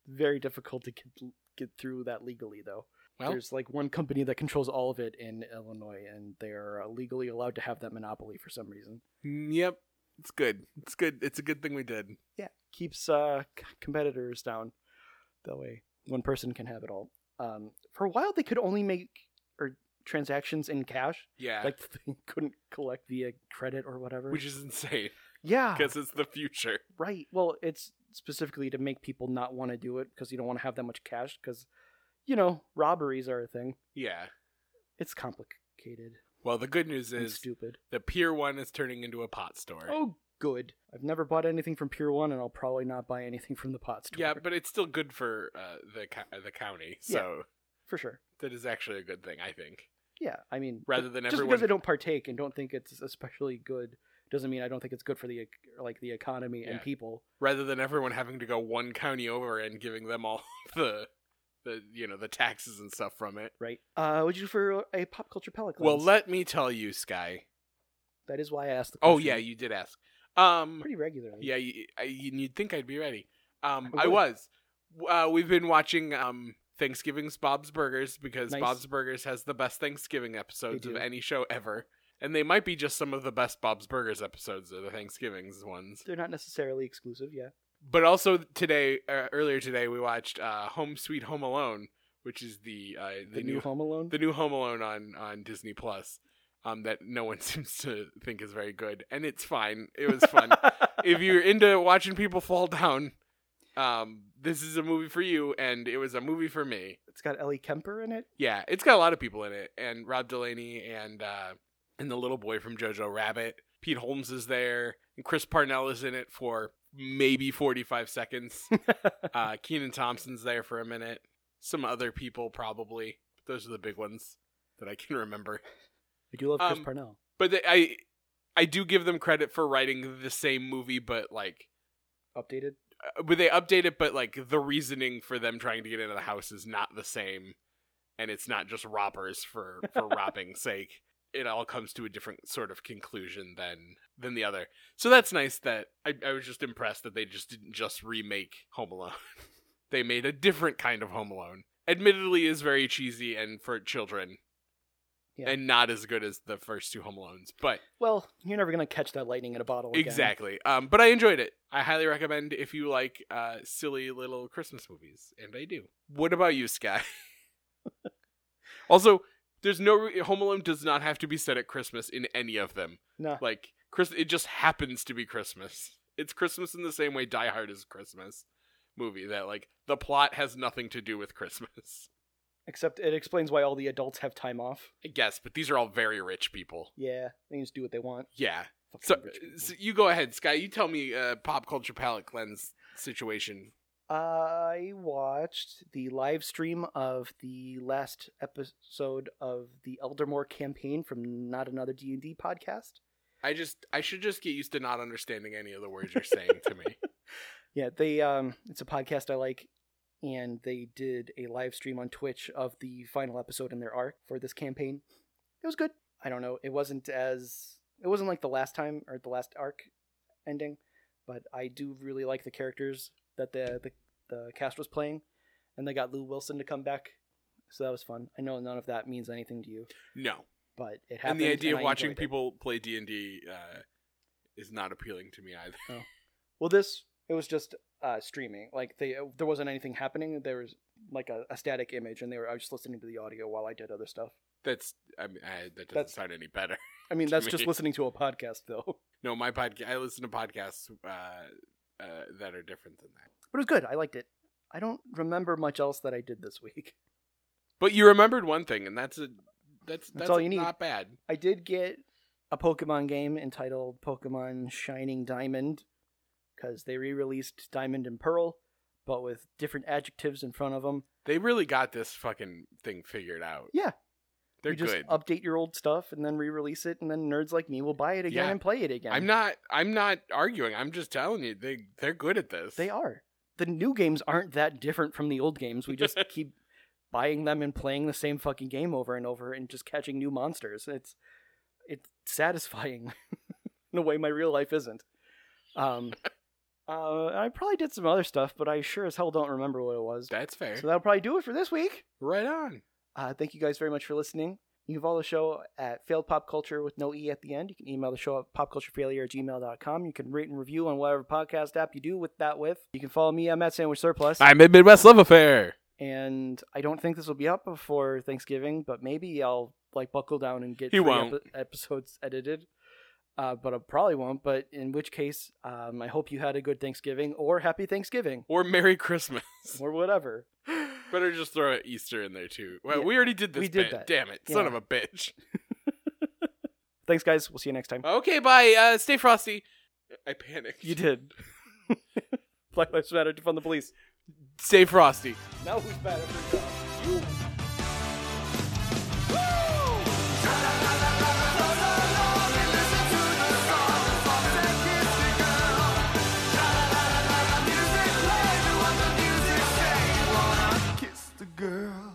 B: Very difficult to get get through that legally though.
C: Well-
B: There's like one company that controls all of it in Illinois, and they're legally allowed to have that monopoly for some reason.
C: Mm, Yep. It's good. It's good. It's a good thing we did.
B: yeah keeps uh c- competitors down that way one person can have it all um for a while they could only make or transactions in cash
C: Yeah.
B: like [laughs] they couldn't collect via credit or whatever
C: which is insane
B: yeah
C: because it's the future.
B: right well it's specifically to make people not want to do it because you don't want to have that much cash because you know robberies are a thing
C: Yeah.
B: it's complicated
C: Well, the good news
B: and
C: is
B: stupid
C: the Pier 1 is turning into a pot store.
B: oh good i've never bought anything from pier one and i'll probably not buy anything from the pot store
C: yeah, but it's still good for uh, the co- the county. So
B: for sure
C: that is actually a good thing, I think.
B: Yeah, I mean,
C: Rather
B: but
C: than
B: just
C: everyone-
B: because I don't partake and don't think it's especially good doesn't mean I don't think it's good for the ec- like the economy and
C: Yeah.
B: people.
C: Rather than everyone having to go one county over and giving them all [laughs] the the you know the taxes and stuff from it.
B: Right? Uh, would you do for a pop culture pellet?
C: Well,
B: cleanse?
C: let me tell you, Sky.
B: that is why I asked the. Question
C: Oh yeah, you did ask. Um,
B: pretty regularly.
C: yeah, you, I, you'd think I'd be ready. Um,
B: I
C: I
B: would.
C: was. Uh, we've been watching um Thanksgiving's Bob's Burgers because
B: Nice.
C: Bob's Burgers has the best Thanksgiving episodes
B: They
C: of
B: do.
C: any show ever, and they might be just some of the best Bob's Burgers episodes of the Thanksgiving's ones.
B: they're not necessarily exclusive. Yeah,
C: But also today, uh, earlier today, we watched uh, Home Sweet Home Alone, which is the uh,
B: the, new, Home Alone. [laughs]
C: the new Home Alone on on Disney Plus, um, that no one [laughs] seems to think is very good, and it's fine. It was fun. if you're into watching people fall down, um, this is a movie for you, and it was a movie for me.
B: it's got Ellie Kemper in it.
C: Yeah, it's got a lot of people in it, and Rob Delaney and uh, and the little boy from Jojo Rabbit. Pete Holmes is there, and Chris Parnell is in it for maybe 45 seconds. uh, Keenan Thompson's there for a minute. Some other people probably. Those are the big ones that I can remember.
B: I do love Chris
C: Um,
B: Parnell.
C: But they, I I do give them credit for writing the same movie, but like
B: Updated.
C: uh, but they update it but like the reasoning for them trying to get into the house is not the same and it's not just robbers for for robbing's sake it all comes to a different sort of conclusion than than the other so that's nice that i, I was just impressed that they just didn't just remake home alone [laughs] they made a different kind of home alone admittedly is very cheesy and for children
B: Yeah.
C: and not as good as the first two home alones but
B: Well, you're never gonna catch that lightning in a bottle. Again.
C: Exactly. Um, but I enjoyed it. I highly recommend if you like uh, silly little Christmas movies, and I do. What about you, Sky? [laughs] also, there's no re- Home Alone does not have to be set at Christmas in any of them.
B: No.
C: Like Chris, it just happens to be Christmas. It's Christmas in the same way Die Hard is a Christmas movie. That like the plot has nothing to do with Christmas. [laughs]
B: Except it explains why all the adults have time off.
C: I guess, but these are all very rich people.
B: Yeah, they can just do what they want.
C: Yeah.
B: Fucking
C: So, uh,
B: rich people.
C: so you go ahead, Sky. You tell me uh, pop culture palate cleanse situation
B: I watched the live stream of the last episode of the Eldermore campaign from Not Another D and D podcast.
C: I just I should just get used to not understanding any of the words you're saying to
B: [laughs]
C: me.
B: Yeah, they um, it's a podcast I like, and they did a live stream on Twitch of the final episode in their arc for this campaign. It was good. I don't know. It wasn't as it wasn't like the last time or the last arc ending, but I do really like the characters that the the, the cast was playing, and they got Lou Wilson to come back, so that was fun. I know none of that means anything to you,
C: No,
B: but it happened.
C: and the idea of
B: I
C: watching
B: enjoyed it.
C: people play D and D uh, is not appealing to me either. [laughs]
B: Well, this it was just uh, streaming. Like they, uh, there wasn't anything happening. There was like a, a static image, and they were. I was just listening to the audio while I did other stuff.
C: That's I mean I, that doesn't
B: That's-
C: sound any better. [laughs]
B: I mean,
C: To
B: that's just
C: me.
B: listening to a podcast, though. [laughs]
C: No, my podcast I listen to podcasts uh, uh, that are different than that.
B: But it was good. I liked it. I don't remember much else that I did this week. [laughs]
C: But you remembered one thing, and that's a that's that's,
B: all you need.
C: Not bad.
B: I did get a Pokemon game entitled Pokemon Shining Diamond because they re-released Diamond and Pearl, but with different adjectives in front of them.
C: They really got this fucking thing figured out.
B: Yeah,
C: They're
B: you just
C: good.
B: update your old stuff and then re-release it, and then nerds like me will buy it again
C: Yeah.
B: and play it again.
C: I'm not I'm not arguing. I'm just telling you they they're good at this.
B: They are. The new games aren't that different from the old games. We just keep buying them and playing the same fucking game over and over and just catching new monsters. It's [laughs] it's satisfying in a way my real life isn't. Um Uh, I probably did some other stuff, but I sure as hell don't remember what it was.
C: That's fair.
B: So that'll probably do it for this week.
C: right on.
B: Uh, thank you guys very much for listening. You can follow the show at Failed Pop Culture with no E at the end. You can email the show at popculturefailure at gmail.com. You can rate and review on whatever podcast app you do with that with. You can follow me at Matt Sandwich Surplus.
C: I'm at Midwest Love Affair.
B: and I don't think this will be up before Thanksgiving, but maybe I'll like buckle down and get
C: He
B: three
C: won't.
B: epi- episodes edited. Uh, but I probably won't. But in which case, um, I hope you had a good Thanksgiving or happy Thanksgiving
C: Or Merry Christmas. [gasps]
B: or whatever.
C: [laughs] Better just throw an Easter in there too. Well,
B: Yeah.
C: we already did this
B: We did
C: bit.
B: that.
C: Damn it, son
B: Yeah.
C: of a bitch.
B: Thanks, guys. We'll see you next time.
C: Okay, bye. Uh, stay frosty. I panicked.
B: You did. [laughs] Black Lives Matter, defund the police.
C: Stay frosty.
B: Now who's bad? Every job.